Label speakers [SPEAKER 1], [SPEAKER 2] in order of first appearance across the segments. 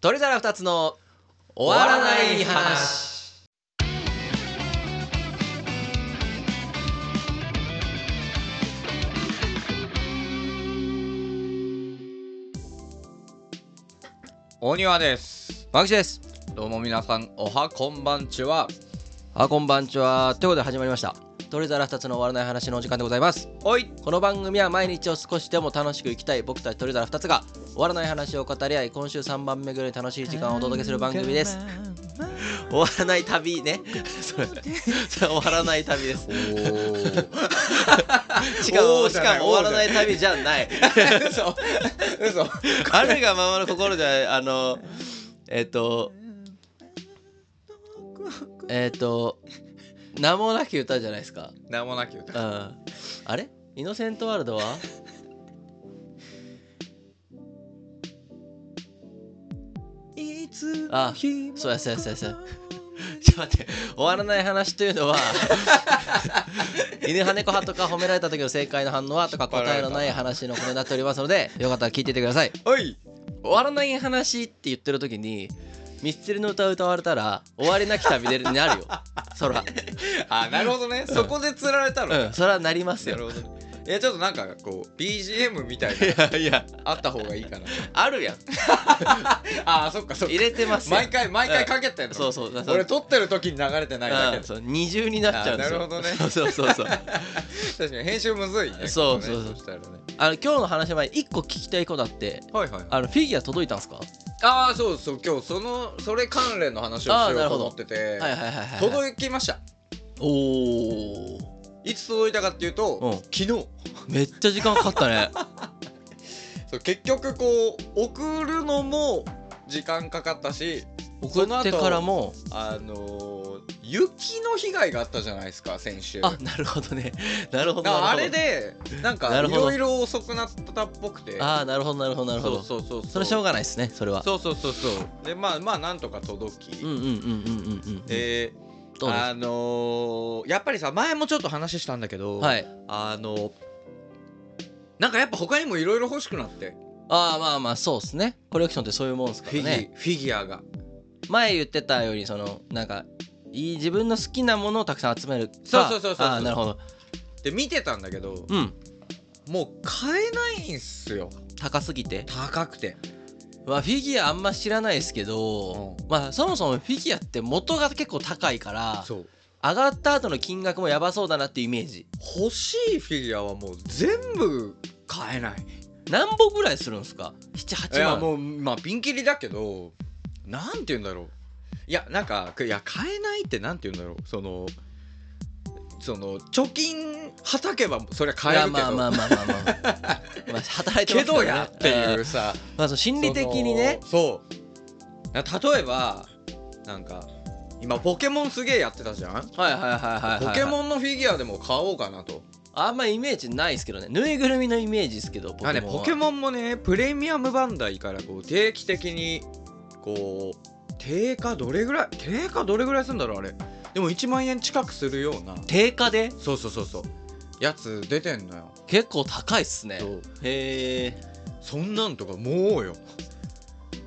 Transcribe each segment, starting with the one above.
[SPEAKER 1] 取り皿2つの終わらない話。
[SPEAKER 2] お庭です
[SPEAKER 1] マキシです。
[SPEAKER 2] どうも皆さんおはこんばんちは
[SPEAKER 1] あ、こんばんちは。ということで始まりました。取り皿2つの終わらない話のお時間でございます。
[SPEAKER 2] おい
[SPEAKER 1] この番組は毎日を少しでも楽しく生きたい僕たち取り皿2つが終わらない話を語り合い、今週3番目ぐらいに楽しい時間をお届けする番組です。終わらない旅ね。それ、それ終わらない旅です。しか
[SPEAKER 2] お
[SPEAKER 1] も、
[SPEAKER 2] ー
[SPEAKER 1] し
[SPEAKER 2] じゃな
[SPEAKER 1] か
[SPEAKER 2] い
[SPEAKER 1] も終わらない旅じゃない。
[SPEAKER 2] 嘘嘘
[SPEAKER 1] あるがままの心じゃ、あの、えっと、えっと、名もなき歌じゃないですか。
[SPEAKER 2] 名もなき
[SPEAKER 1] うん。
[SPEAKER 2] 歌
[SPEAKER 1] あれイノセントワールドは
[SPEAKER 2] いつ
[SPEAKER 1] あ
[SPEAKER 2] 日
[SPEAKER 1] そうやそうやそうやそうや ちょっと待って終わらない話という のは犬派猫派とか褒められた時の正解の反応はとか答えのない話のことになっておりますのでよかったら聞いていてください
[SPEAKER 2] おい
[SPEAKER 1] 終わらない話って言ってる時にミスチルの歌を歌われたら終わりなき旅でになるよそら
[SPEAKER 2] あなるほどねそこで釣られたの
[SPEAKER 1] う
[SPEAKER 2] なん
[SPEAKER 1] そらなります
[SPEAKER 2] る
[SPEAKER 1] よ
[SPEAKER 2] ほどねいやちょっとなんかこう BGM みた
[SPEAKER 1] い
[SPEAKER 2] いな
[SPEAKER 1] やいや
[SPEAKER 2] あった方がいいかな
[SPEAKER 1] あるやん
[SPEAKER 2] あそっかそっか
[SPEAKER 1] 入れてますよ
[SPEAKER 2] 毎回毎回かけてんの
[SPEAKER 1] そうそうだから
[SPEAKER 2] 俺撮ってる時に流れてないだけ
[SPEAKER 1] うん
[SPEAKER 2] で
[SPEAKER 1] そう二重になっちゃうんですよ
[SPEAKER 2] あなるほどね
[SPEAKER 1] そうそうそうそう
[SPEAKER 2] 確かに編集むずいね
[SPEAKER 1] そう
[SPEAKER 2] ここね
[SPEAKER 1] そうそう
[SPEAKER 2] したらね
[SPEAKER 1] あの今日の話の前に一個聞きたいことあって
[SPEAKER 2] はいはい
[SPEAKER 1] あのフィギュア届いたんすか
[SPEAKER 2] ああそうそう今日そのそれ関連の話を
[SPEAKER 1] あー
[SPEAKER 2] しよ
[SPEAKER 1] なる
[SPEAKER 2] うと
[SPEAKER 1] ほど
[SPEAKER 2] 思ってて
[SPEAKER 1] はいはいはいはいはい
[SPEAKER 2] 届きました
[SPEAKER 1] おお
[SPEAKER 2] いつ届いたかっていうと、
[SPEAKER 1] うん
[SPEAKER 2] 昨日そ
[SPEAKER 1] めっちゃ時間かかった ね
[SPEAKER 2] う結局こう送るのも時間かかったし
[SPEAKER 1] 送ってからも
[SPEAKER 2] あのー雪の被害があったじゃないですか先週
[SPEAKER 1] あなるほどねなるほど
[SPEAKER 2] だからあ
[SPEAKER 1] なる
[SPEAKER 2] れ
[SPEAKER 1] ほど
[SPEAKER 2] でなんか
[SPEAKER 1] ないるほど
[SPEAKER 2] ろいろ遅くなったっぽくて
[SPEAKER 1] ああなるほどなるほどなるほど
[SPEAKER 2] そうそうそう
[SPEAKER 1] それしょうがないですねそれは
[SPEAKER 2] そうそうそうそうでまあまあなんとか届き、
[SPEAKER 1] うんうんうんうんうんうん
[SPEAKER 2] で
[SPEAKER 1] どうです
[SPEAKER 2] あのーやっぱりさ前もちょっと話したんだけど、
[SPEAKER 1] はい
[SPEAKER 2] あのなんかやっぱ他にもいろいろ欲しくなって
[SPEAKER 1] ああまあまあそうですねコレクションってそういうもんですか
[SPEAKER 2] フィ
[SPEAKER 1] ら
[SPEAKER 2] ギ,、
[SPEAKER 1] ね
[SPEAKER 2] フィギュアが
[SPEAKER 1] 前言ってたよりそのなんかいい自分の好きなものをたくさん集めるか
[SPEAKER 2] そうそうそうそう
[SPEAKER 1] ああなるほど
[SPEAKER 2] で見てたんだけど
[SPEAKER 1] うん
[SPEAKER 2] もう買えないんすよ
[SPEAKER 1] 高すぎて
[SPEAKER 2] 高くて
[SPEAKER 1] まあフィギュアあんま知らないですけど、
[SPEAKER 2] う
[SPEAKER 1] まあそもそもフィギュアって元が結構高いから
[SPEAKER 2] そう
[SPEAKER 1] 上がった後の金額もやばそうだなっていうイメージ
[SPEAKER 2] 欲しいフィギュアはもう全部買えない
[SPEAKER 1] 何本ぐらいするんですか
[SPEAKER 2] い
[SPEAKER 1] 78
[SPEAKER 2] や
[SPEAKER 1] 万
[SPEAKER 2] もうまあピンキリだけどなんて言うんだろういやなんかいや買えないってなんて言うんだろうそのその貯金はたけばそりゃ買えるけど、
[SPEAKER 1] いやまあまあまあまあまあまあ働いてま
[SPEAKER 2] け
[SPEAKER 1] すから
[SPEAKER 2] ど
[SPEAKER 1] ね
[SPEAKER 2] やってい
[SPEAKER 1] ん
[SPEAKER 2] うさ
[SPEAKER 1] まあその心理的にね
[SPEAKER 2] そのそう例えばなんか今ポケモンすげえやってたじゃん
[SPEAKER 1] はいはいはいはいはい
[SPEAKER 2] ポケ
[SPEAKER 1] ン
[SPEAKER 2] モンのフィギュアでも買おうかなと。
[SPEAKER 1] あんまイメージないですけどねぬいぐるみのイメージですけどポケモ
[SPEAKER 2] あ
[SPEAKER 1] ンは
[SPEAKER 2] ね、ポケモンもねプレミアムバンダイからこう定期的にこう定価どれぐらい定価どれぐらいするんだろうあれでも1万円近くするような
[SPEAKER 1] 定価で
[SPEAKER 2] そうそうそうそうやつ出てんのよ、
[SPEAKER 1] 結構高いっすね
[SPEAKER 2] そう
[SPEAKER 1] へえ
[SPEAKER 2] そんなんとかもうよ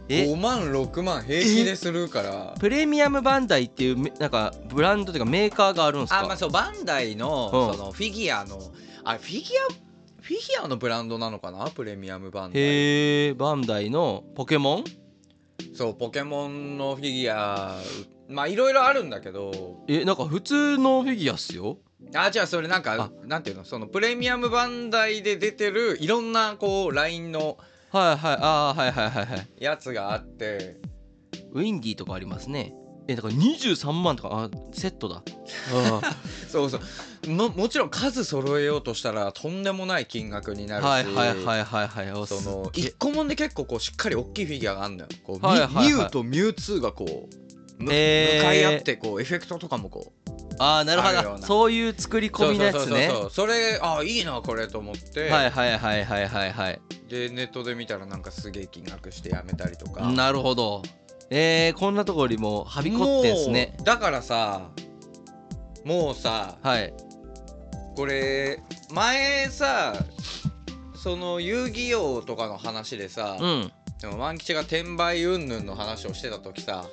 [SPEAKER 1] え
[SPEAKER 2] 5万6万平気でするから
[SPEAKER 1] プレミアムバンダイっていうめなんかブランドというかメーカーがあるんですか
[SPEAKER 2] あまあそうバンダイの
[SPEAKER 1] うん
[SPEAKER 2] そのフィギュアのあフィギュアフィギュアのブランドなのかなプレミアムバンダイ
[SPEAKER 1] へえバンダイのポケモン
[SPEAKER 2] そうポケモンのフィギュアまあいろいろあるんだけど
[SPEAKER 1] えなんか普通のフィギュアっすよ
[SPEAKER 2] あじゃあそれなんかなんていうのそのプレミアムバンダイで出てるいろんなこうラインの
[SPEAKER 1] はいはいああはいはいはいはい
[SPEAKER 2] やつがあって
[SPEAKER 1] ウィンディーとかありますねえだから23万とかあセットだあ
[SPEAKER 2] そうそうももちろん数揃えようとしたらとんでもない金額にな
[SPEAKER 1] あ
[SPEAKER 2] るし、
[SPEAKER 1] はいはいはいはいはいお
[SPEAKER 2] そ
[SPEAKER 1] すっ
[SPEAKER 2] の
[SPEAKER 1] げえ
[SPEAKER 2] 1個もんで結構こうしっかり大きいフィギュアがあるのよこうミ,、
[SPEAKER 1] はいはいはい
[SPEAKER 2] ュウとミュウツーがこうむ向
[SPEAKER 1] えー
[SPEAKER 2] かい合ってこうエフェクトとかもこう
[SPEAKER 1] ああなる
[SPEAKER 2] ある
[SPEAKER 1] ほ
[SPEAKER 2] よ
[SPEAKER 1] ど
[SPEAKER 2] うな
[SPEAKER 1] そういう作り込みのやつね
[SPEAKER 2] そうそうそうそうそれあいいなこれと思って、
[SPEAKER 1] はいはいはいはいはいはい
[SPEAKER 2] でネットで見たらなんかすげえ金額してやめたりとか
[SPEAKER 1] なるほどえー、こんなところにもはびこってんすね
[SPEAKER 2] もうだからさもうさ
[SPEAKER 1] はい
[SPEAKER 2] これ前さその遊戯王とかの話でさ、
[SPEAKER 1] うん
[SPEAKER 2] でも万吉が転売云々の話をしてた時さ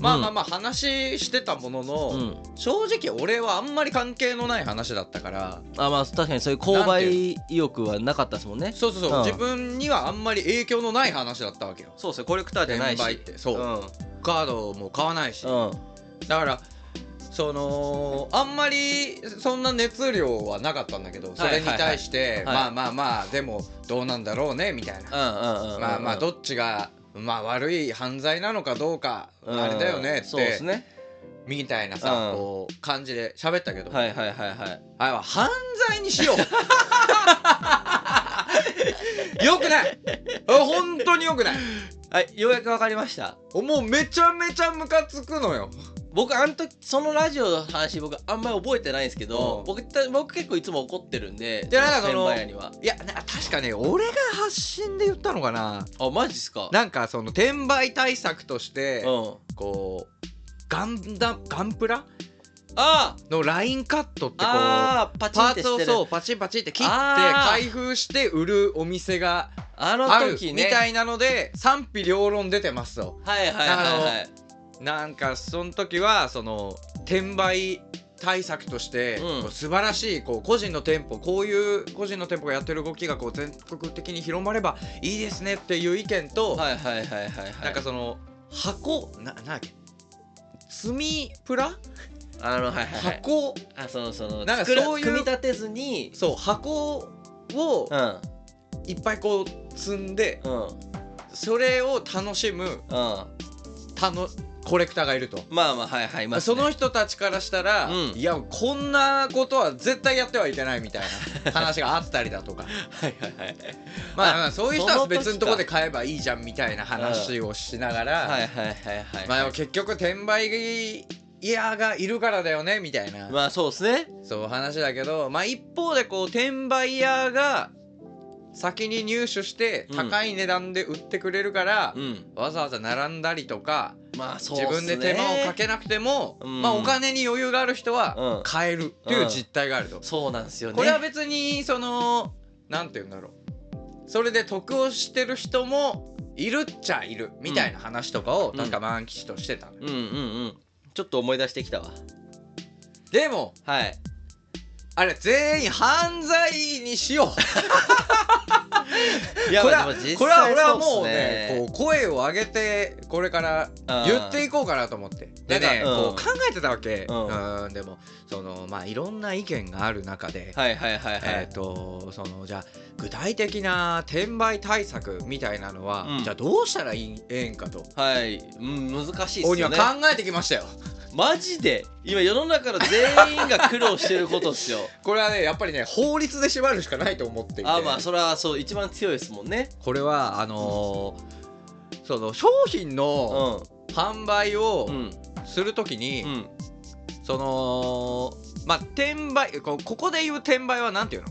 [SPEAKER 2] まあまあまあ話してたものの、
[SPEAKER 1] うん、
[SPEAKER 2] 正直俺はあんまり関係のない話だったから
[SPEAKER 1] あまあ確かにそういう購買意欲はなかったですもんね
[SPEAKER 2] そうそう
[SPEAKER 1] う
[SPEAKER 2] そ
[SPEAKER 1] ん
[SPEAKER 2] う自分にはあんまり影響のない話だったわけよ
[SPEAKER 1] そうですねコレクターじゃない
[SPEAKER 2] 転
[SPEAKER 1] し
[SPEAKER 2] 売ってそう、
[SPEAKER 1] うん、うん、
[SPEAKER 2] カードも買わないし、だからそのあんまりそんな熱量はなかったんだけどそれに対して、
[SPEAKER 1] はいはいはい
[SPEAKER 2] まあまあまあでもどうなんだろうねみたいな、
[SPEAKER 1] うんうんうん
[SPEAKER 2] まあまあどっちが、まあ、悪い犯罪なのかどうか、
[SPEAKER 1] うん
[SPEAKER 2] あれだよねって
[SPEAKER 1] そうですね
[SPEAKER 2] みたいなさ、
[SPEAKER 1] うん
[SPEAKER 2] こう感じで喋ったけど、
[SPEAKER 1] はいはいはいはい
[SPEAKER 2] あれは犯罪にしよう よくないあ本当によくない
[SPEAKER 1] はいようやくわかりました
[SPEAKER 2] もうめちゃめちゃムカつくのよ
[SPEAKER 1] 僕あの時そのラジオの話僕あんまり覚えてないんですけど、
[SPEAKER 2] うん
[SPEAKER 1] 僕た僕結構いつも怒ってるんで
[SPEAKER 2] でなんかその
[SPEAKER 1] 転売屋にはい
[SPEAKER 2] やな確かね俺が発信で言ったのかな
[SPEAKER 1] あマジっすか
[SPEAKER 2] なんかその転売対策として、
[SPEAKER 1] うん
[SPEAKER 2] こうガンダガンプラ
[SPEAKER 1] あー
[SPEAKER 2] のラインカットってこう
[SPEAKER 1] あーパチン
[SPEAKER 2] パ
[SPEAKER 1] っ
[SPEAKER 2] ー
[SPEAKER 1] て
[SPEAKER 2] ツ
[SPEAKER 1] し
[SPEAKER 2] を
[SPEAKER 1] てる
[SPEAKER 2] そうパチンパチンって切って
[SPEAKER 1] あー
[SPEAKER 2] 開封して売るお店が
[SPEAKER 1] あの
[SPEAKER 2] ある
[SPEAKER 1] 時
[SPEAKER 2] み
[SPEAKER 1] ね
[SPEAKER 2] たいなので賛否両論出てますと
[SPEAKER 1] はいはいはいはい
[SPEAKER 2] なんかその時はその転売対策として、
[SPEAKER 1] うん
[SPEAKER 2] こう素晴らしいこう個人の店舗こういう個人の店舗がやってる動きがこう全国的に広まればいいですねっていう意見と、
[SPEAKER 1] はいはいはいはいはい
[SPEAKER 2] なんかその箱ななんだっけ積みプラ、
[SPEAKER 1] あのはいはいはい
[SPEAKER 2] 箱
[SPEAKER 1] あそのその
[SPEAKER 2] なんか
[SPEAKER 1] 作ら
[SPEAKER 2] そういう
[SPEAKER 1] 組み立てずに
[SPEAKER 2] そう箱を
[SPEAKER 1] うんうん
[SPEAKER 2] いっぱいこう積んで
[SPEAKER 1] うん
[SPEAKER 2] それを楽しむたのコレクターがいると。
[SPEAKER 1] まあまあはいはいまあ
[SPEAKER 2] その人たちからしたら、
[SPEAKER 1] うん
[SPEAKER 2] いやこんなことは絶対やってはいけないみたい な話があったりだとか
[SPEAKER 1] はいはいはい
[SPEAKER 2] まあそういう人
[SPEAKER 1] そ
[SPEAKER 2] は
[SPEAKER 1] の時か
[SPEAKER 2] 別のとこで買えばいいじゃんみたいな話をしながら、
[SPEAKER 1] はいはいはいはい
[SPEAKER 2] まあ、でも結局転売屋がいるからだよねみたいな、
[SPEAKER 1] まあそうですね
[SPEAKER 2] そう話だけど、まあ、一方でこう転売屋が先に入手して
[SPEAKER 1] うん
[SPEAKER 2] 高い値段で売ってくれるから、
[SPEAKER 1] うん
[SPEAKER 2] わざわざ並んだりとか、
[SPEAKER 1] まあそうっす
[SPEAKER 2] 自
[SPEAKER 1] ね
[SPEAKER 2] 分で手間をかけなくても、
[SPEAKER 1] うん
[SPEAKER 2] まあ、お金に余裕がある人
[SPEAKER 1] う
[SPEAKER 2] は
[SPEAKER 1] ん
[SPEAKER 2] 買えるっていう実態があると、
[SPEAKER 1] そうなんですよね
[SPEAKER 2] これは別にそのなんて言うんだろうそれで得をしてる人もいるっちゃいるみたいな話とかを
[SPEAKER 1] うん
[SPEAKER 2] 確か満吉としてたの、
[SPEAKER 1] うんうんうんちょっと思い出してきたわ
[SPEAKER 2] でも
[SPEAKER 1] はい
[SPEAKER 2] あれ全員犯罪にしよう
[SPEAKER 1] いや
[SPEAKER 2] これは
[SPEAKER 1] まあでも実際
[SPEAKER 2] これは俺は
[SPEAKER 1] そ
[SPEAKER 2] も
[SPEAKER 1] っ
[SPEAKER 2] う
[SPEAKER 1] す
[SPEAKER 2] ねこう声を上げてこれから言っていこうかなと思ってでね、
[SPEAKER 1] なんかうん
[SPEAKER 2] こう考えてたわけ、
[SPEAKER 1] う
[SPEAKER 2] うんん、でもそのまあいろんな意見がある中で、
[SPEAKER 1] はいはいはいは
[SPEAKER 2] え
[SPEAKER 1] い
[SPEAKER 2] っ、とそのじゃあ具体的な転売対策みたいなのは、
[SPEAKER 1] うん
[SPEAKER 2] じゃあどうしたらいいええんかと、
[SPEAKER 1] はい、うん、難しいっ
[SPEAKER 2] お
[SPEAKER 1] す
[SPEAKER 2] に
[SPEAKER 1] よ
[SPEAKER 2] は
[SPEAKER 1] ね
[SPEAKER 2] 考えてきましたよ
[SPEAKER 1] マジで今世の中の全員が苦労してることっすよ
[SPEAKER 2] これはねやっぱりね法律で縛るしかないと思って いて
[SPEAKER 1] あまあそれはそう一番強いですもんね
[SPEAKER 2] これはあのーその商品
[SPEAKER 1] う
[SPEAKER 2] の
[SPEAKER 1] ん
[SPEAKER 2] 販売を
[SPEAKER 1] うん
[SPEAKER 2] するときに、
[SPEAKER 1] うん
[SPEAKER 2] そのまあ転売こここで言う転売はなんていうの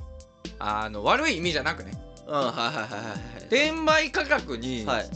[SPEAKER 2] あの悪い意味じゃなくね
[SPEAKER 1] うんはいはいはいはい
[SPEAKER 2] 転売価格に
[SPEAKER 1] はい、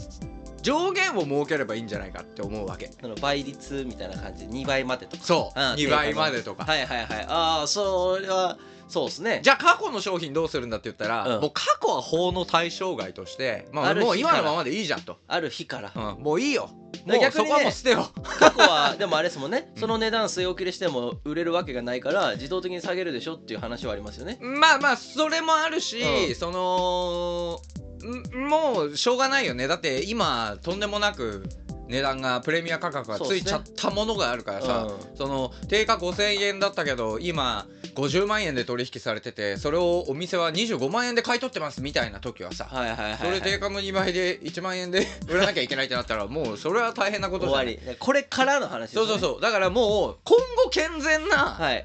[SPEAKER 2] 上限を設ければいいんじゃないかって思うわけ、
[SPEAKER 1] その倍率みたいな感じで2倍までとか
[SPEAKER 2] そう
[SPEAKER 1] あ
[SPEAKER 2] 2倍までとか、
[SPEAKER 1] はいはいはいああそれはそうですね
[SPEAKER 2] じゃあ過去の商品どうするんだって言ったら、
[SPEAKER 1] うん
[SPEAKER 2] もう過去は法の対象外として、ま
[SPEAKER 1] あ
[SPEAKER 2] あ、
[SPEAKER 1] る日
[SPEAKER 2] もう今
[SPEAKER 1] か
[SPEAKER 2] の
[SPEAKER 1] ら
[SPEAKER 2] ままでいいじゃんと、
[SPEAKER 1] ある日から
[SPEAKER 2] うんもういいよ
[SPEAKER 1] で
[SPEAKER 2] もう
[SPEAKER 1] 逆に
[SPEAKER 2] そ
[SPEAKER 1] ね
[SPEAKER 2] こはもう捨てよう
[SPEAKER 1] 過去はでもあれですもんね
[SPEAKER 2] うん
[SPEAKER 1] その値段据え置きでしても売れるわけがないから自動的に下げるでしょっていう話はありますよね
[SPEAKER 2] まあまあそれもあるし、
[SPEAKER 1] うん
[SPEAKER 2] そのんもうしょうがないよねだって今とんでもなく値段がプレミア価格がついちゃったものがあるからさ
[SPEAKER 1] う
[SPEAKER 2] その定価5000円だったけど今50万円で取引されててそれをお店は25万円で買い取ってますみたいな時はさ、
[SPEAKER 1] はいはいはい、はい、
[SPEAKER 2] それ定価の2倍で1万円で 売らなきゃいけないってなったらもうそれは大変なこと
[SPEAKER 1] 終
[SPEAKER 2] じゃ
[SPEAKER 1] わ
[SPEAKER 2] ない
[SPEAKER 1] りこれからの話です、ね、
[SPEAKER 2] そうそうそうだからもう今後健全な
[SPEAKER 1] はい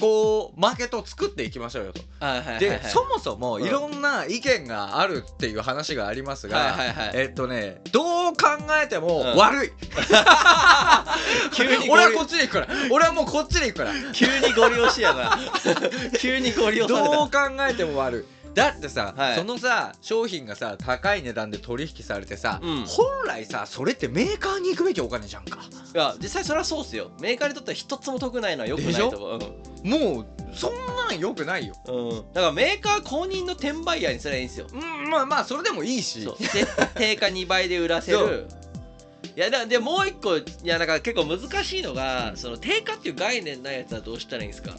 [SPEAKER 2] こうマーケットを作っていきましょうよと。
[SPEAKER 1] はいはいはいはい
[SPEAKER 2] でそもそも
[SPEAKER 1] うん
[SPEAKER 2] いろんな意見があるっていう話があります
[SPEAKER 1] はい
[SPEAKER 2] が
[SPEAKER 1] はいはい
[SPEAKER 2] えっとねどう考えても
[SPEAKER 1] うん
[SPEAKER 2] 悪い
[SPEAKER 1] 急にゴリ
[SPEAKER 2] 俺はこっちに行くから俺はもうこっちに行くから
[SPEAKER 1] 急にご利用しやな 急にご利用された
[SPEAKER 2] どう考えても悪いだってさ、
[SPEAKER 1] はい
[SPEAKER 2] そのさ商品がさ高い値段で取引されてさ、
[SPEAKER 1] うん
[SPEAKER 2] 本来さそれってメーカーに行くべきお金じゃんか
[SPEAKER 1] いや実際それはそうっすよメーカーにとっては一つも得ないのはよくないと思う、うん
[SPEAKER 2] もうそんなんよくないよ
[SPEAKER 1] うん、だからメーカー公認の転売ヤーにすればいいんですよ
[SPEAKER 2] うんまあまあそれでもいいし
[SPEAKER 1] そうで定価2倍で売らせ
[SPEAKER 2] そ
[SPEAKER 1] る
[SPEAKER 2] う
[SPEAKER 1] いやだでもう一個いやだから結構難しいのが、
[SPEAKER 2] うん
[SPEAKER 1] その定価っていう概念ないやつはどうしたらいいんですか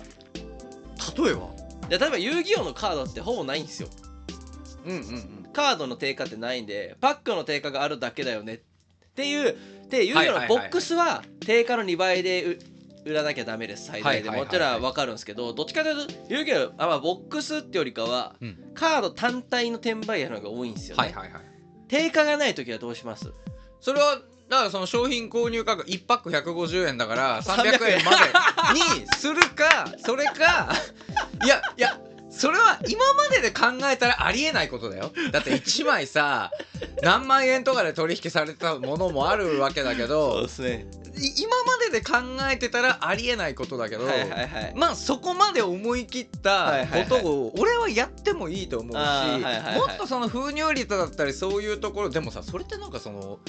[SPEAKER 2] 例えば
[SPEAKER 1] で例えば遊戯王のカードってほぼないんですよ
[SPEAKER 2] うんうんうん
[SPEAKER 1] カードの定価ってないんでパックの定価があるだけだよねっていうで遊戯王
[SPEAKER 2] はいはいは
[SPEAKER 1] の
[SPEAKER 2] いはい
[SPEAKER 1] ボックスは定価の2倍でう売らなきゃダメです最大で
[SPEAKER 2] はい
[SPEAKER 1] も
[SPEAKER 2] はいはい
[SPEAKER 1] ち
[SPEAKER 2] はい
[SPEAKER 1] ろん分かるんですけどどっちかというと遊戯王あ、まあ、ボックスってよりかは、
[SPEAKER 2] うん
[SPEAKER 1] カード単体の転売屋の方が多いんですよね、
[SPEAKER 2] はいはいはい
[SPEAKER 1] 定価がない時はどうします
[SPEAKER 2] それはだからその商品購入価格1パック150円だから300
[SPEAKER 1] 300円
[SPEAKER 2] 円までにする かそれかいやいやそれは今までで考えたらありえないことだよだって1枚さ何万円とかで取引されてたものもあるわけだけど
[SPEAKER 1] すね
[SPEAKER 2] い今までで考えてたらありえないことだけど、
[SPEAKER 1] はいはいはい
[SPEAKER 2] まあそこまで思い切ったことを俺はやってもいいと思うし、
[SPEAKER 1] あーはいはいはい
[SPEAKER 2] もっとその風入率だったりそういうところでもさそれってなんかその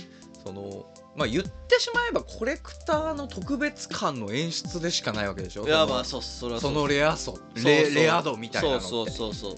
[SPEAKER 2] そのまあ言ってしまえばコレクターの特別感の演出でしかないわけでしょ
[SPEAKER 1] いや
[SPEAKER 2] その
[SPEAKER 1] まあそうそれは
[SPEAKER 2] そうのレアさ
[SPEAKER 1] そう
[SPEAKER 2] レ
[SPEAKER 1] そう
[SPEAKER 2] レア度みたいなのって
[SPEAKER 1] そうそうそうそう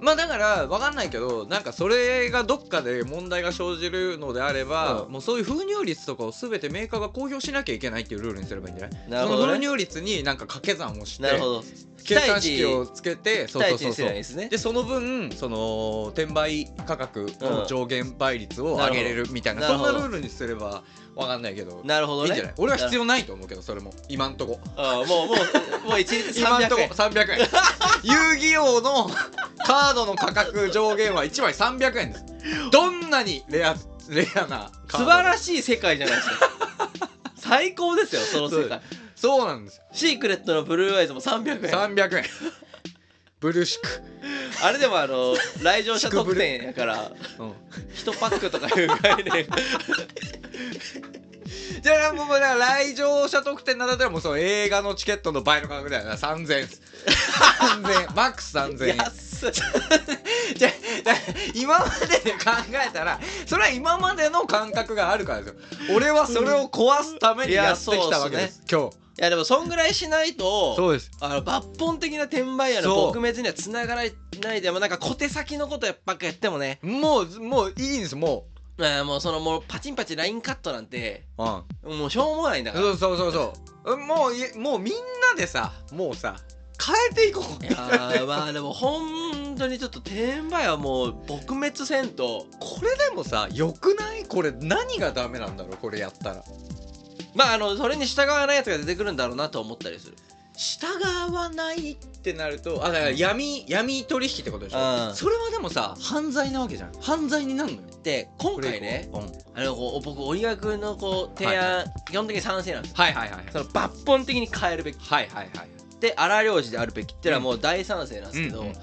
[SPEAKER 2] まあだから分かんないけどなんかそれがどっかで問題が生じるのであれば、
[SPEAKER 1] うん
[SPEAKER 2] もうそういう風入率とかを全てメーカーが公表しなきゃいけないっていうルールにすればいいんじゃない
[SPEAKER 1] なるほ
[SPEAKER 2] そ
[SPEAKER 1] ど、
[SPEAKER 2] の風
[SPEAKER 1] ね、
[SPEAKER 2] 入率になんか掛け算をして
[SPEAKER 1] なるほど期
[SPEAKER 2] 計算
[SPEAKER 1] 待
[SPEAKER 2] 式
[SPEAKER 1] 値
[SPEAKER 2] をつけて
[SPEAKER 1] 期
[SPEAKER 2] そうそ
[SPEAKER 1] 待
[SPEAKER 2] う
[SPEAKER 1] 値
[SPEAKER 2] そ
[SPEAKER 1] にす
[SPEAKER 2] うそ
[SPEAKER 1] ればいいん
[SPEAKER 2] う
[SPEAKER 1] ですね
[SPEAKER 2] でその分その転売価格
[SPEAKER 1] うん
[SPEAKER 2] の上限倍率を上げれるみたいな,、
[SPEAKER 1] なるほど
[SPEAKER 2] そんなルールにすればわかんないけど
[SPEAKER 1] なるほど
[SPEAKER 2] い
[SPEAKER 1] ね
[SPEAKER 2] いんじゃない俺は必要ないと思うけどそれも今んとこ
[SPEAKER 1] ああもうもうもう一日
[SPEAKER 2] 今んと
[SPEAKER 1] 300
[SPEAKER 2] こ
[SPEAKER 1] 円
[SPEAKER 2] 300円 遊戯王のカードの価格上限は1枚300円ですどんなにレアレアなカー
[SPEAKER 1] 素
[SPEAKER 2] ド
[SPEAKER 1] 晴らしい世界じゃないですか最高ですよその世
[SPEAKER 2] そう
[SPEAKER 1] 界
[SPEAKER 2] でそうなんですよ
[SPEAKER 1] シークレットのブルーアイズも300円
[SPEAKER 2] 300円ブルシク、
[SPEAKER 1] あれでもあの来場者特典やから
[SPEAKER 2] うん
[SPEAKER 1] 1パックとかいう概 念
[SPEAKER 2] じゃあもうだから来場者特典なんだったらもうその映画のチケットの倍の価格だよな3000円3000円マ ックス3000円
[SPEAKER 1] 安い
[SPEAKER 2] じゃあだから今までで考えたらそれは今までの感覚があるからですよ俺はそれを壊すためにやってきたわけです、今日
[SPEAKER 1] いやでもそんぐらいしないと
[SPEAKER 2] うです
[SPEAKER 1] あの抜本的な転売屋の
[SPEAKER 2] そう
[SPEAKER 1] 撲滅にはつながらないでもなんか小手先のことやっぱやってもね
[SPEAKER 2] もうもういいんですも
[SPEAKER 1] まあもうそのもうパチンパチンラインカットなんて
[SPEAKER 2] う、うん、
[SPEAKER 1] もうしょうもないんだから
[SPEAKER 2] そうそうそうそうもういもうみんなでさもうさ変えていこう
[SPEAKER 1] いやーまあでも本当にちょっと転売はもう撲滅せんと
[SPEAKER 2] これでもさよくないこれ何がダメなんだろうこれやったら
[SPEAKER 1] まああのそれに従わないやつが出てくるんだろうなと思ったりする
[SPEAKER 2] 従わないってなるとあだから闇、闇取引ってことでしょ、
[SPEAKER 1] うん
[SPEAKER 2] それはでもさ犯罪なわけじゃん犯罪になるのよ
[SPEAKER 1] で今
[SPEAKER 2] これ
[SPEAKER 1] 回ね
[SPEAKER 2] 以降うん
[SPEAKER 1] あのこう僕折川君のこう提案、
[SPEAKER 2] はいは
[SPEAKER 1] 基本的に賛成なんです
[SPEAKER 2] はいはいはいはい
[SPEAKER 1] その抜本的に変えるべき
[SPEAKER 2] はいはいはい
[SPEAKER 1] で荒領事であるべきっていうのはもう大賛成なんですけど、
[SPEAKER 2] うんうん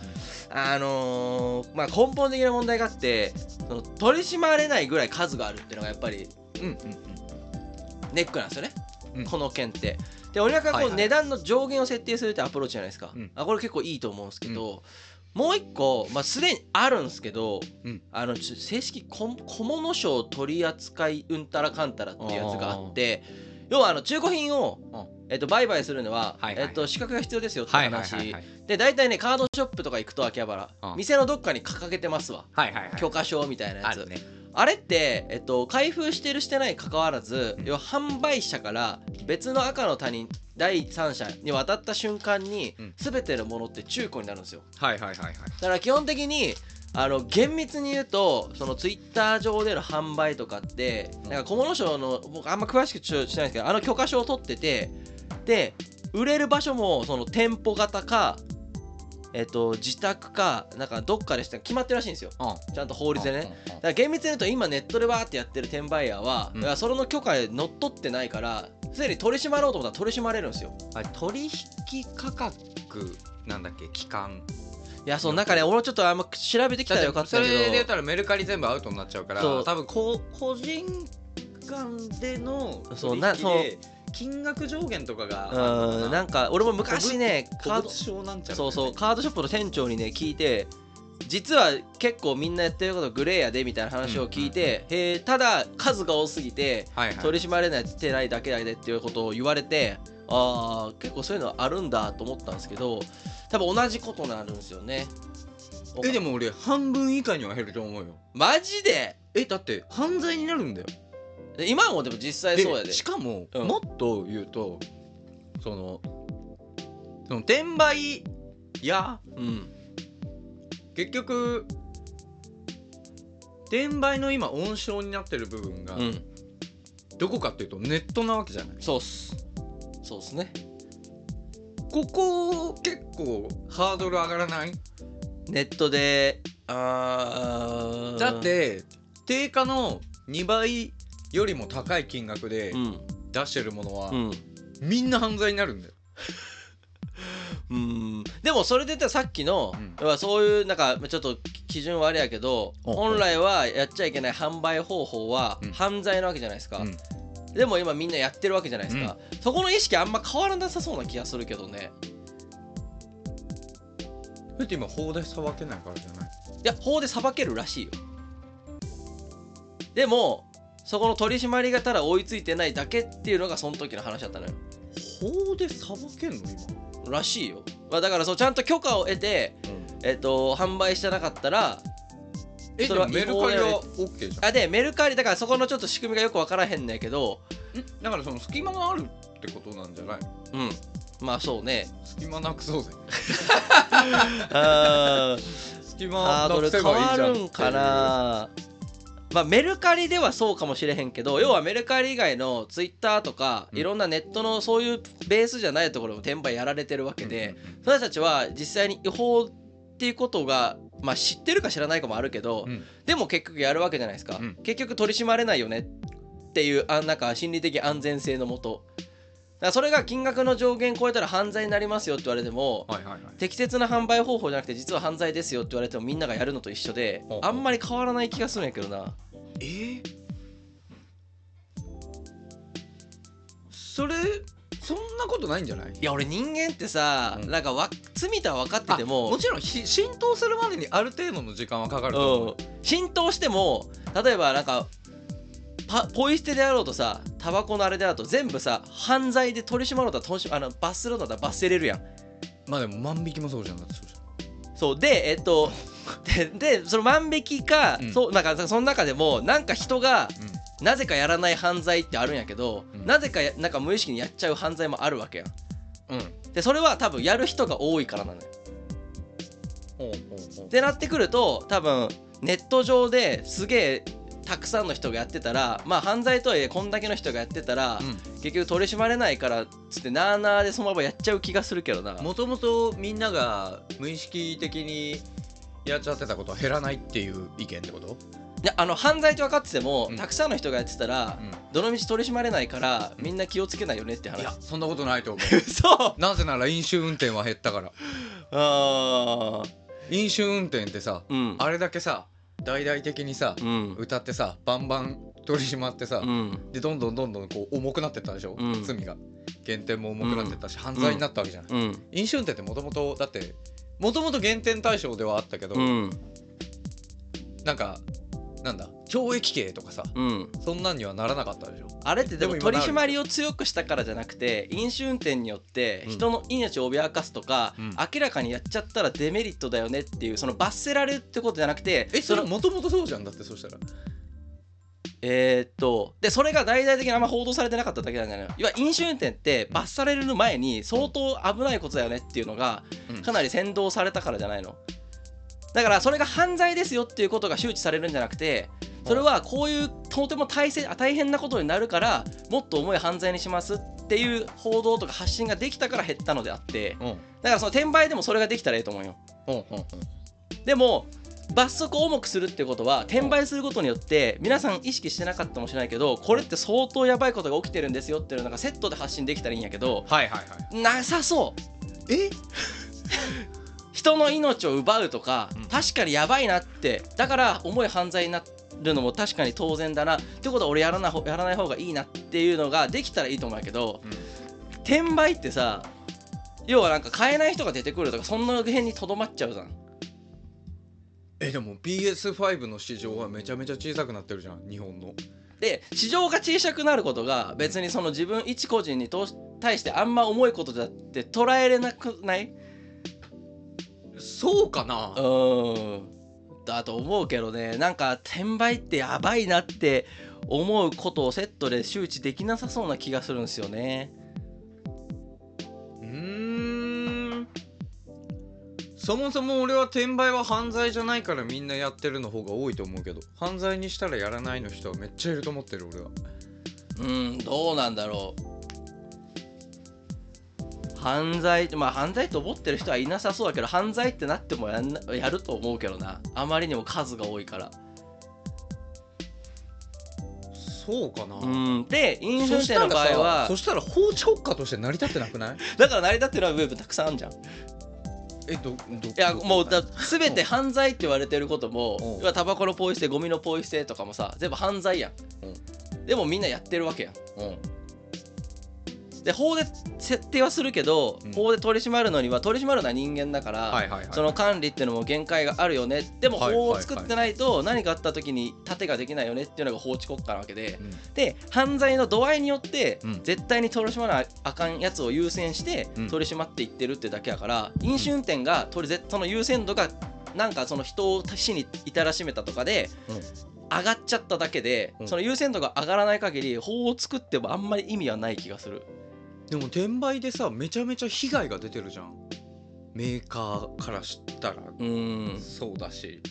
[SPEAKER 1] あのーまあ根本的な問題があってその取り締まれないぐらい数があるっていうのがやっぱり
[SPEAKER 2] うん
[SPEAKER 1] ネックなんですよね、
[SPEAKER 2] うん
[SPEAKER 1] この件って。で俺が
[SPEAKER 2] は
[SPEAKER 1] こ
[SPEAKER 2] いは
[SPEAKER 1] う
[SPEAKER 2] い
[SPEAKER 1] 値段の上限を設定するってアプローチじゃないですか、
[SPEAKER 2] うん
[SPEAKER 1] あこれ結構いいと思うんですけど、もう一個、まあ、すでにあるんですけど、
[SPEAKER 2] うん
[SPEAKER 1] あのちょ正式こ小物商取扱いうんたらかんたらっていうやつがあって要はあの中古品を
[SPEAKER 2] うん、
[SPEAKER 1] えっと、売買するのは、
[SPEAKER 2] はいはいはい
[SPEAKER 1] えっと、資格が必要ですよって
[SPEAKER 2] はいはい
[SPEAKER 1] 話、
[SPEAKER 2] はいはい
[SPEAKER 1] で大体ねカードショップとか行くと秋葉原、
[SPEAKER 2] うん
[SPEAKER 1] 店のどっかに掲げてますわ
[SPEAKER 2] はいはいはい
[SPEAKER 1] 許可証みたいなや
[SPEAKER 2] あ
[SPEAKER 1] つ
[SPEAKER 2] るね
[SPEAKER 1] あれって、えっと、開封してるしてない関わらず、
[SPEAKER 2] うん
[SPEAKER 1] 要は販売者から別の赤の他人第三者に渡った瞬間に、
[SPEAKER 2] うん
[SPEAKER 1] 全てのものって中古になるんですよ
[SPEAKER 2] はいはいはいはい
[SPEAKER 1] だから基本的にあの厳密に言うとそのツイッター上での販売とかって、
[SPEAKER 2] うん
[SPEAKER 1] なんか小物商の僕あんま詳しくちょしないんですけどあの許可証を取っててで売れる場所もその店舗型かえっと自宅かなんかどっかでした決まってるらしいんですよ
[SPEAKER 2] うん
[SPEAKER 1] ちゃんと法律でね、
[SPEAKER 2] うんうん
[SPEAKER 1] だから厳密に言うと今ネットでバーってやってる転売ヤーは、
[SPEAKER 2] うん
[SPEAKER 1] だからそれの許可にのっとってないからすでに取り締まろうと思ったら取り締まれるんですよ
[SPEAKER 2] あれ取引価格なんだっけ期間
[SPEAKER 1] いやその中ね俺もちょっとあんま調べてきたらよかったけ
[SPEAKER 2] だってそれで言っ
[SPEAKER 1] ど
[SPEAKER 2] たらメルカリ全部アウトになっちゃうから
[SPEAKER 1] そう
[SPEAKER 2] 多分こう個人間での
[SPEAKER 1] そう
[SPEAKER 2] 取
[SPEAKER 1] な
[SPEAKER 2] 引で金額上限とかがあ
[SPEAKER 1] う
[SPEAKER 2] るの
[SPEAKER 1] ん
[SPEAKER 2] か
[SPEAKER 1] なんか俺も昔ねカ
[SPEAKER 2] カ
[SPEAKER 1] ード
[SPEAKER 2] ード証なんちゃ
[SPEAKER 1] そうそうカードショップの店長にね聞いて実は結構みんなやってることグレーやでみたいな話を聞いて、へーただ数が多すぎて
[SPEAKER 2] はいはい
[SPEAKER 1] 取り締まれないってないだけだけでっていうことを言われてあー結構そういうのあるんだと思ったんですけど多分同じことになるんですよね
[SPEAKER 2] えでも俺半分以下には減ると思うよ
[SPEAKER 1] マジで
[SPEAKER 2] えだって犯罪になるんだよ
[SPEAKER 1] で今もでも実際そうやで
[SPEAKER 2] しかも、
[SPEAKER 1] うん
[SPEAKER 2] もっと言うとそのその転売や
[SPEAKER 1] うん
[SPEAKER 2] 結局転売の今温床になってる部分が、
[SPEAKER 1] うん
[SPEAKER 2] どこかっていうとネットなわけじゃない
[SPEAKER 1] そうっすそうっすね
[SPEAKER 2] ここ結構ハードル上がらない
[SPEAKER 1] ネットであー
[SPEAKER 2] だって定価の2倍よりも高い金額で
[SPEAKER 1] うん
[SPEAKER 2] 出してるものは、
[SPEAKER 1] うん
[SPEAKER 2] みんな犯罪になるんだよ
[SPEAKER 1] うんでもそれで言ったらさっきの、
[SPEAKER 2] うん
[SPEAKER 1] 要はそういうなんかちょっと基準はあれやけど
[SPEAKER 2] うん
[SPEAKER 1] 本来はやっちゃいけない販売方法は
[SPEAKER 2] うん
[SPEAKER 1] 犯罪なわけじゃないですか、
[SPEAKER 2] うん
[SPEAKER 1] でも今みんなやってるわけじゃないですか、そこの意識あんま変わらなさそうな気がするけどね
[SPEAKER 2] だって今法で裁けないからじゃない
[SPEAKER 1] いや法で裁けるらしいよでもそこの取り締まりがただ追いついてないだけっていうのがその時の話だったのよ
[SPEAKER 2] 法で裁けんの
[SPEAKER 1] らしいよ、まあ、だからそうちゃんと許可を得て、
[SPEAKER 2] 今、
[SPEAKER 1] えっと販売してなかったら
[SPEAKER 2] え
[SPEAKER 1] それ
[SPEAKER 2] で
[SPEAKER 1] は
[SPEAKER 2] もメルカリは OK じゃ
[SPEAKER 1] あでメルカリだからそこのちょっと仕組みがよくわからへんねんけど
[SPEAKER 2] んんだからその隙間があるってことなんじゃない
[SPEAKER 1] うんまあそうね
[SPEAKER 2] 隙間なくそうぜ
[SPEAKER 1] あー
[SPEAKER 2] 隙 間
[SPEAKER 1] ハー
[SPEAKER 2] な
[SPEAKER 1] ド
[SPEAKER 2] く
[SPEAKER 1] ル
[SPEAKER 2] せ
[SPEAKER 1] 変
[SPEAKER 2] ばいい
[SPEAKER 1] わ
[SPEAKER 2] じゃんって
[SPEAKER 1] る
[SPEAKER 2] いうん
[SPEAKER 1] かなまあメルカリではそうかもしれへんけど要はメルカリ以外のツイッターとか
[SPEAKER 2] うん
[SPEAKER 1] いろんなネットのそういうベースじゃないところも転売やられてるわけで、その人たちは実際に違法っていうことがまあ知ってるか知らないかもあるけど、
[SPEAKER 2] うんうんうん
[SPEAKER 1] でも結局やるわけじゃないですか、
[SPEAKER 2] うん
[SPEAKER 1] 結局取り締まれないよねっていうあなんか心理的安全性のもとだからそれが金額の上限超えたら犯罪になりますよって言われても
[SPEAKER 2] はいはいはい
[SPEAKER 1] 適切な販売方法じゃなくて実は犯罪ですよって言われてもみんながやるのと一緒で
[SPEAKER 2] ほうほう
[SPEAKER 1] あんまり変わらない気がするんやけどな
[SPEAKER 2] えーそれそんなことないんじゃない
[SPEAKER 1] いや俺人間ってさ、
[SPEAKER 2] うん
[SPEAKER 1] なんかわ罪とは分かってて
[SPEAKER 2] あ
[SPEAKER 1] も
[SPEAKER 2] もちろんひ浸透するまでにある程度の時間はかかると思
[SPEAKER 1] う
[SPEAKER 2] う、
[SPEAKER 1] ん、浸透しても例えばなんかパポイ捨てであろうとさタバコのあれであろうと全部さ犯罪で取り締まろうとは取り締あの罰するのだったら罰せれるやん
[SPEAKER 2] まあでも万引きもそうじゃんだってそうじ
[SPEAKER 1] そうでえっとででその万引きか、
[SPEAKER 2] うん
[SPEAKER 1] そうなんかその中でもなんか人が
[SPEAKER 2] ゃん、
[SPEAKER 1] なぜかやらない犯罪ってあるんやけど、
[SPEAKER 2] うん
[SPEAKER 1] なぜかやなんか無意識にやっちゃう犯罪もあるわけやん
[SPEAKER 2] うん
[SPEAKER 1] でそれは多分やる人が多いからなのよ
[SPEAKER 2] ほうほうほう
[SPEAKER 1] ってなってくると多分ネット上ですげえたくさんの人がやってたらまあ犯罪とはいえこんだけの人がやってたら、結局取り締まれないからっつってなあなあでそのままやっちゃう気がするけどな
[SPEAKER 2] もともとみんなが無意識的にやっちゃってたことは減らないっていう意見ってこと、
[SPEAKER 1] いやあの犯罪と分かってても、
[SPEAKER 2] うん
[SPEAKER 1] たくさんの人がやってたら、どのみち取り締まれないからみんな気をつけないよねって
[SPEAKER 2] いや
[SPEAKER 1] 話
[SPEAKER 2] そんなことないと思
[SPEAKER 1] そう
[SPEAKER 2] う なぜなら飲酒運転は減ったから
[SPEAKER 1] あ
[SPEAKER 2] 飲酒運転ってさ
[SPEAKER 1] ーうん
[SPEAKER 2] あれだけさ大々的にさ
[SPEAKER 1] うん
[SPEAKER 2] 歌ってさバンバン取り締まってさ、
[SPEAKER 1] うん
[SPEAKER 2] でどんどんどんどんこう重くなってったでしょ、
[SPEAKER 1] うん
[SPEAKER 2] 罪が減点も重くなってったし、犯罪になったわけじゃない、
[SPEAKER 1] うん
[SPEAKER 2] 飲酒運転ってもともとだってもともと減点対象ではあったけど、
[SPEAKER 1] うん
[SPEAKER 2] なんかなんだ懲役刑とかさ
[SPEAKER 1] うん
[SPEAKER 2] そんなんにはならなかったでしょ
[SPEAKER 1] あれってでも
[SPEAKER 2] でも今
[SPEAKER 1] 取
[SPEAKER 2] な
[SPEAKER 1] り
[SPEAKER 2] る
[SPEAKER 1] 締まりを強くしたからじゃなくて飲酒運転によって
[SPEAKER 2] うん
[SPEAKER 1] 人の命を脅かすとか、
[SPEAKER 2] うん
[SPEAKER 1] 明らかにやっちゃったらデメリットだよねっていうその罰せられるってことじゃなくて
[SPEAKER 2] えそれ
[SPEAKER 1] の
[SPEAKER 2] もともとそうじゃんだってそうしたら
[SPEAKER 1] えーっとでそれが大々的にあんま報道されてなかっただけなんじゃないの要は飲酒運転って罰される前に相当危ないことだよねっていうのが
[SPEAKER 2] うん
[SPEAKER 1] かなり先導されたからじゃないのだからそれが犯罪ですよっていうことが周知されるんじゃなくてそれはこういうとても大せあ大変なことになるからもっと重い犯罪にしますっていう報道とか発信ができたから減ったのであって
[SPEAKER 2] うんうん
[SPEAKER 1] だからその転売でもそれができたらいいと思うよ
[SPEAKER 2] うんうん
[SPEAKER 1] でも罰則を重くするってことは転売することによって皆さん意識してなかったかもしれないけどこれって相当やばいことが起きてるんですよっていうのがセットで発信できたらいいんやけど
[SPEAKER 2] はいはいはい
[SPEAKER 1] なさそう
[SPEAKER 2] え
[SPEAKER 1] 人の命を奪うとか、
[SPEAKER 2] うん
[SPEAKER 1] 確かにやばいなってだから重い犯罪になるのも確かに当然だなってことは俺やらなほやらない方がいいなっていうのができたらいいと思うんやけど転売ってさ要はなんか買えない人が出てくるとかそんな辺にとどまっちゃうじゃん
[SPEAKER 2] えでも PS5 の市場はめちゃめちゃ小さくなってるじゃん日本の
[SPEAKER 1] で市場が小さくなることが別にその自分一個人に投資対してあんま重いことだって捉えれなくない
[SPEAKER 2] そうかな
[SPEAKER 1] うーんだと思うけどねなんか転売ってやばいなって思うことをセットで周知できなさそうな気がするんですよね
[SPEAKER 2] うーんそもそも俺は転売は犯罪じゃないからみんなやってるの方が多いと思うけど犯罪にしたらやらないの人はめっちゃいると思ってる俺は
[SPEAKER 1] うんどうなんだろう犯罪まあ犯罪と思ってる人はいなさそうだけど犯罪ってなってもやんなやると思うけどなあまりにも数が多いから
[SPEAKER 2] そうかな、
[SPEAKER 1] うんで飲酒店の場合は
[SPEAKER 2] そしたら法治国家として成り立ってなくない
[SPEAKER 1] だから成り立ってる部分たくさんあるじゃんい
[SPEAKER 2] えどどい
[SPEAKER 1] やもうだ全て犯罪って言われてることも
[SPEAKER 2] うん
[SPEAKER 1] 要はタバコのポイ捨てゴミのポイ捨てとかもさ全部犯罪やん、でもみんなやってるわけやん
[SPEAKER 2] うん
[SPEAKER 1] で法で設定はするけど、
[SPEAKER 2] うん
[SPEAKER 1] 法で取り締まるのには取り締まるのは人間だから、
[SPEAKER 2] はいはいはい
[SPEAKER 1] その管理っていうのも限界があるよねでも
[SPEAKER 2] はい
[SPEAKER 1] 法を作ってないと何かあった時に盾ができないよねっていうのが法治国家なわけでで犯罪の度合いによって
[SPEAKER 2] うん
[SPEAKER 1] 絶対に取り締まらなあかんやつを優先して
[SPEAKER 2] うん
[SPEAKER 1] 取り締まっていってるってだけやから飲酒運転が取りぜその優先度がなんかその人を死に至らしめたとかで
[SPEAKER 2] うん
[SPEAKER 1] 上がっちゃっただけで
[SPEAKER 2] うん
[SPEAKER 1] その優先度が上がらない限り法を作ってもあんまり意味はない気がする。
[SPEAKER 2] でも転売でさめちゃめちゃ被害が出てるじゃんメーカーからしたら
[SPEAKER 1] うーん
[SPEAKER 2] そうだし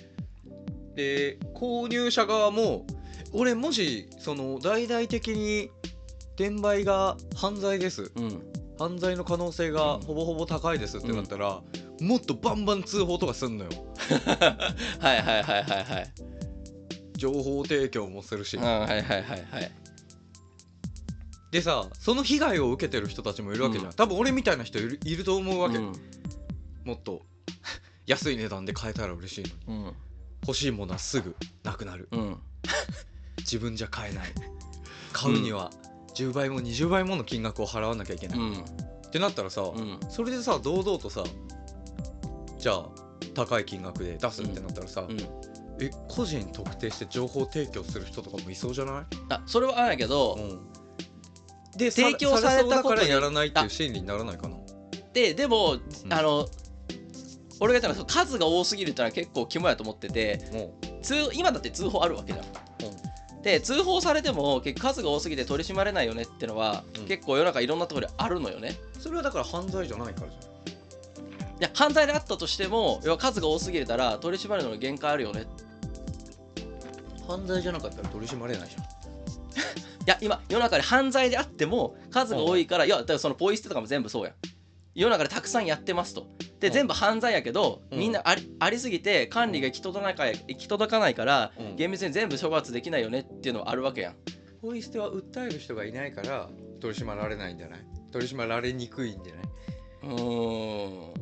[SPEAKER 2] で購入者側も俺もしその大々的に転売が犯罪です
[SPEAKER 1] うん
[SPEAKER 2] 犯罪の可能性が
[SPEAKER 1] うん
[SPEAKER 2] ほぼほぼ高いですってなったら、もっとバンバン通報とかすんのよ
[SPEAKER 1] はいはいはいはいはい。
[SPEAKER 2] 情報提供もするし、
[SPEAKER 1] うんはいはいはいはい。
[SPEAKER 2] でさその被害を受けてる人たちもいるわけじゃん、
[SPEAKER 1] うん
[SPEAKER 2] 多分俺みたいな人いるいると思うわけ、
[SPEAKER 1] うん
[SPEAKER 2] もっと安い値段で買えたら嬉しいのに
[SPEAKER 1] うん
[SPEAKER 2] 欲しいものはすぐなくなる
[SPEAKER 1] うん
[SPEAKER 2] 自分じゃ買えない買うには10倍も20倍もの金額を払わなきゃいけない、
[SPEAKER 1] う
[SPEAKER 2] っ
[SPEAKER 1] ん
[SPEAKER 2] てなったらさ、
[SPEAKER 1] うん
[SPEAKER 2] それでさ堂々とさじゃあ高い金額で出すってなったらさ、
[SPEAKER 1] うん
[SPEAKER 2] え個人特定して情報提供する人とかもいそうじゃない、
[SPEAKER 1] あそれはあるんやけど、
[SPEAKER 2] で
[SPEAKER 1] 提供されたことに
[SPEAKER 2] されそうだからやらないっていう心理にならないかな
[SPEAKER 1] ででも、
[SPEAKER 2] ん
[SPEAKER 1] あの俺が言ったのは数が多すぎるってのは結構肝やと思ってて
[SPEAKER 2] も
[SPEAKER 1] 通今だって通報あるわけじゃん。
[SPEAKER 2] う、
[SPEAKER 1] で通報されても結構数が多すぎて取り締まれないよねってのは、
[SPEAKER 2] うん
[SPEAKER 1] 結構世の中いろんなところであるのよね。
[SPEAKER 2] それはだから犯罪じゃないからじゃ
[SPEAKER 1] いや犯罪であったとしても要は数が多すぎるたら取り締まるのに限界あるよねい
[SPEAKER 2] ん犯罪じゃなかったら取り締まれないじゃん
[SPEAKER 1] や今世の中で犯罪であっても数が多いから、いやだからそのポイ捨てとかも全部そうやん世の中でたくさんやってますとで、
[SPEAKER 2] うん
[SPEAKER 1] 全部犯罪やけど、
[SPEAKER 2] うん
[SPEAKER 1] みんなありありすぎて管理が行き届かない行き届かないから、
[SPEAKER 2] うん
[SPEAKER 1] 厳密に全部処罰できないよねっていうのはあるわけやん
[SPEAKER 2] ポイ捨ては訴える人がいないから取り締まられないんじゃない取り締まられにくいんじゃないう
[SPEAKER 1] ーん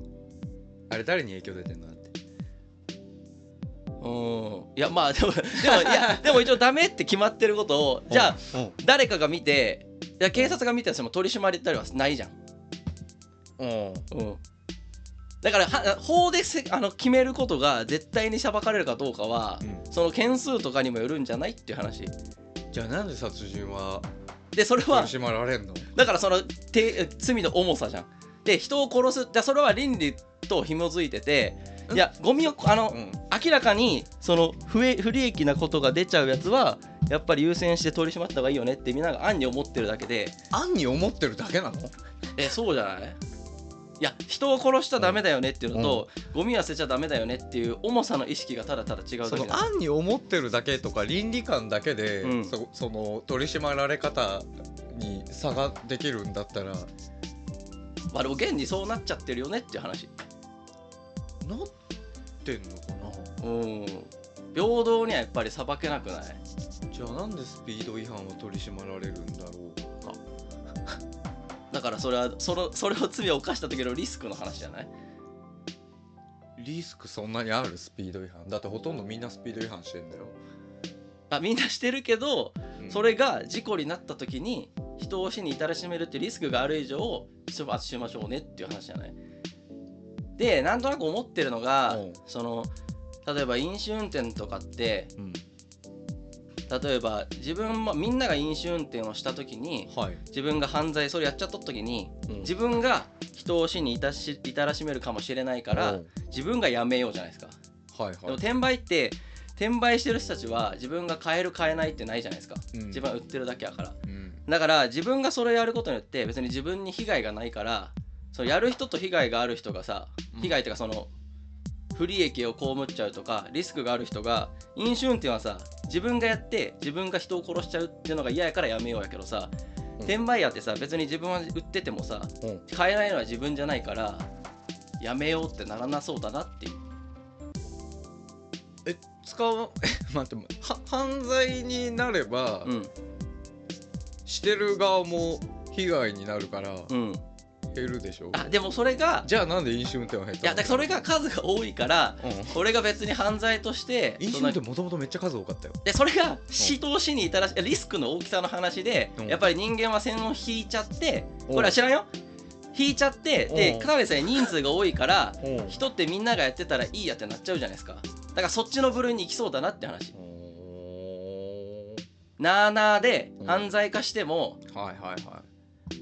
[SPEAKER 2] あれ誰に影響出てんのだって
[SPEAKER 1] うんいやまあ でもでもいやでも一応ダメって決まってることをじゃあ、
[SPEAKER 2] うん
[SPEAKER 1] 誰かが見ていや警察が見ても取り締まれたりはないじゃん、
[SPEAKER 2] うん
[SPEAKER 1] うん、だからは法でせあの決めることが絶対に裁かれるかどうかは、
[SPEAKER 2] う
[SPEAKER 1] その件数とかにもよるんじゃないっていう話
[SPEAKER 2] じゃあなんで殺人は
[SPEAKER 1] でそれ
[SPEAKER 2] 取
[SPEAKER 1] は
[SPEAKER 2] り締まられんの
[SPEAKER 1] だからそのて罪の重さじゃんで人を殺すじゃあそれは倫理と紐づいてていやゴミをあの、
[SPEAKER 2] うん
[SPEAKER 1] 明らかにその不え不利益なことが出ちゃうやつはやっぱり優先して取り締まった方がいいよねってみんなが暗に思ってるだけで
[SPEAKER 2] 案に思ってるだけなの
[SPEAKER 1] えそうじゃないいや人を殺しちゃダメだよねっていうのと、ゴミは捨てちゃダメだよねっていう重さの意識がただただ違うだ
[SPEAKER 2] そ
[SPEAKER 1] け
[SPEAKER 2] の
[SPEAKER 1] だ
[SPEAKER 2] 案に思ってるだけとか倫理観だけで、
[SPEAKER 1] うん
[SPEAKER 2] そその取り締まられ方に差ができるんだったらなっ
[SPEAKER 1] まあでも現にそうなっちゃってるよねっていう話
[SPEAKER 2] てんのかな
[SPEAKER 1] うん平等にはやっぱり裁けなくない
[SPEAKER 2] じゃあなんでスピード違反は取り締まられるんだろうか
[SPEAKER 1] だからそれはそのそれを罪を犯した時のリスクの話じゃない
[SPEAKER 2] リスクそんなにあるスピード違反だってほとんどみんなスピード違反してんだよ、
[SPEAKER 1] あみんなしてるけど
[SPEAKER 2] うん
[SPEAKER 1] それが事故になった時に人を死に至らしめるっていうリスクがある以上処罰しましょうねっていう話じゃないでなんとなく思ってるのが
[SPEAKER 2] うん
[SPEAKER 1] その例えば飲酒運転とかって
[SPEAKER 2] うん
[SPEAKER 1] 例えば自分もみんなが飲酒運転をした時に
[SPEAKER 2] はい、
[SPEAKER 1] 自分が犯罪それやっちゃっとった時に
[SPEAKER 2] うん
[SPEAKER 1] 自分が人を死にいたし至らしめるかもしれないから
[SPEAKER 2] うん
[SPEAKER 1] 自分がやめようじゃないですか。
[SPEAKER 2] はい
[SPEAKER 1] でも
[SPEAKER 2] はい
[SPEAKER 1] 転売って転売してる人たちは自分が買える買えないってないじゃないですか
[SPEAKER 2] うん
[SPEAKER 1] 自分は売ってるだけやから
[SPEAKER 2] うん
[SPEAKER 1] だから自分がそれをやることによって別に自分に被害がないからそのやる人と被害がある人がさ
[SPEAKER 2] うん
[SPEAKER 1] 被害っていうかその不利益を被っちゃうとかリスクがある人が飲酒運転はさ自分がやって自分が人を殺しちゃうっていうのが嫌やからやめようやけどさ
[SPEAKER 2] うん
[SPEAKER 1] 転売屋ってさ別に自分は売っててもさ
[SPEAKER 2] うん
[SPEAKER 1] 買えないのは自分じゃないからやめようってならなそうだなっていう
[SPEAKER 2] え使う え待っては犯罪になれば、
[SPEAKER 1] うん
[SPEAKER 2] してる側も被害になるから
[SPEAKER 1] うん
[SPEAKER 2] 減るでしょ、
[SPEAKER 1] あでもそれが
[SPEAKER 2] じゃあなんで飲酒運転は減ったの
[SPEAKER 1] いやだからそれが数が多いから
[SPEAKER 2] うん
[SPEAKER 1] 俺が別に犯罪として
[SPEAKER 2] 飲
[SPEAKER 1] そ
[SPEAKER 2] 酒運
[SPEAKER 1] の
[SPEAKER 2] 転もともとめっちゃ数多かったよ
[SPEAKER 1] でそれが死闘死に至らしリスクの大きさの話で
[SPEAKER 2] うん
[SPEAKER 1] やっぱり人間は線を引いちゃって
[SPEAKER 2] うん
[SPEAKER 1] これは知らんよ引いちゃって
[SPEAKER 2] うん
[SPEAKER 1] でかなりさえ人数が多いから
[SPEAKER 2] うん
[SPEAKER 1] 人ってみんながやってたらいいやってなっちゃうじゃないですかだからそっちの部類に行きそうだなって話なあなあで
[SPEAKER 2] うん
[SPEAKER 1] 犯罪化しても
[SPEAKER 2] はいはいは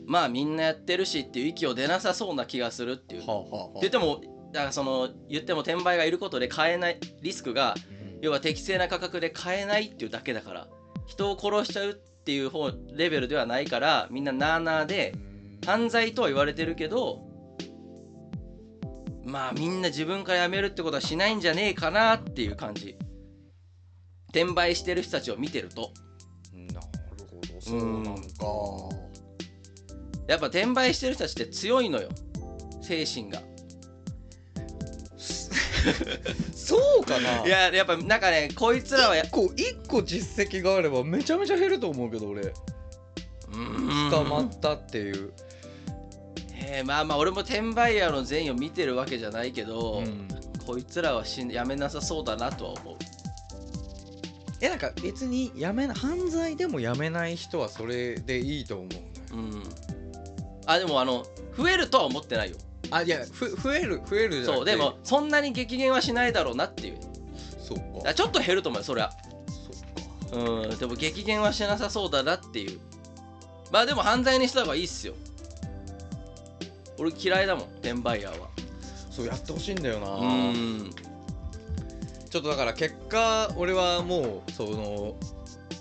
[SPEAKER 1] まあみんなやってるしっていう息を出なさそうな気がするってい
[SPEAKER 2] いうはあはあ
[SPEAKER 1] 言ってもだからその言っても転売がいることで買えないリスクが
[SPEAKER 2] うん
[SPEAKER 1] 要は適正な価格で買えないっていうだけだから人を殺しちゃうっていう方レベルではないからみんななあなあで犯罪とは言われてるけどまあみんな自分からやめるってことはしないんじゃねえかなっていう感じ転売してる人たちを見てると
[SPEAKER 2] なるほどそうなんか
[SPEAKER 1] やっぱ転売してる人たちって強いのよ精神が
[SPEAKER 2] そうかない
[SPEAKER 1] ややっぱなんかねこいつらはや
[SPEAKER 2] 一個一個実績があればめちゃめちゃ減ると思うけど俺捕
[SPEAKER 1] 捕
[SPEAKER 2] まったっていう、
[SPEAKER 1] えーまあまあ俺も転売屋の善意を見てるわけじゃないけど、
[SPEAKER 2] うん
[SPEAKER 1] こいつらはしんやめなさそうだなとは思う
[SPEAKER 2] えなんか別にやめな犯罪でもやめない人はそれでいいと思うね、
[SPEAKER 1] うんあでもあの増えるとは思ってないよ
[SPEAKER 2] あいやふ増える増えるじゃな
[SPEAKER 1] そう
[SPEAKER 2] く
[SPEAKER 1] で
[SPEAKER 2] て
[SPEAKER 1] もそんなに激減はしないだろうなっていう
[SPEAKER 2] そうか
[SPEAKER 1] あちょっと減ると思うよそりゃ
[SPEAKER 2] そう
[SPEAKER 1] うんでも激減はしなさそうだなっていうまあでも犯罪にした方がいいっすよ俺嫌いだもん転売屋は
[SPEAKER 2] かそうやってほしいんだよな
[SPEAKER 1] うん
[SPEAKER 2] ちょっとだから結果俺はもうその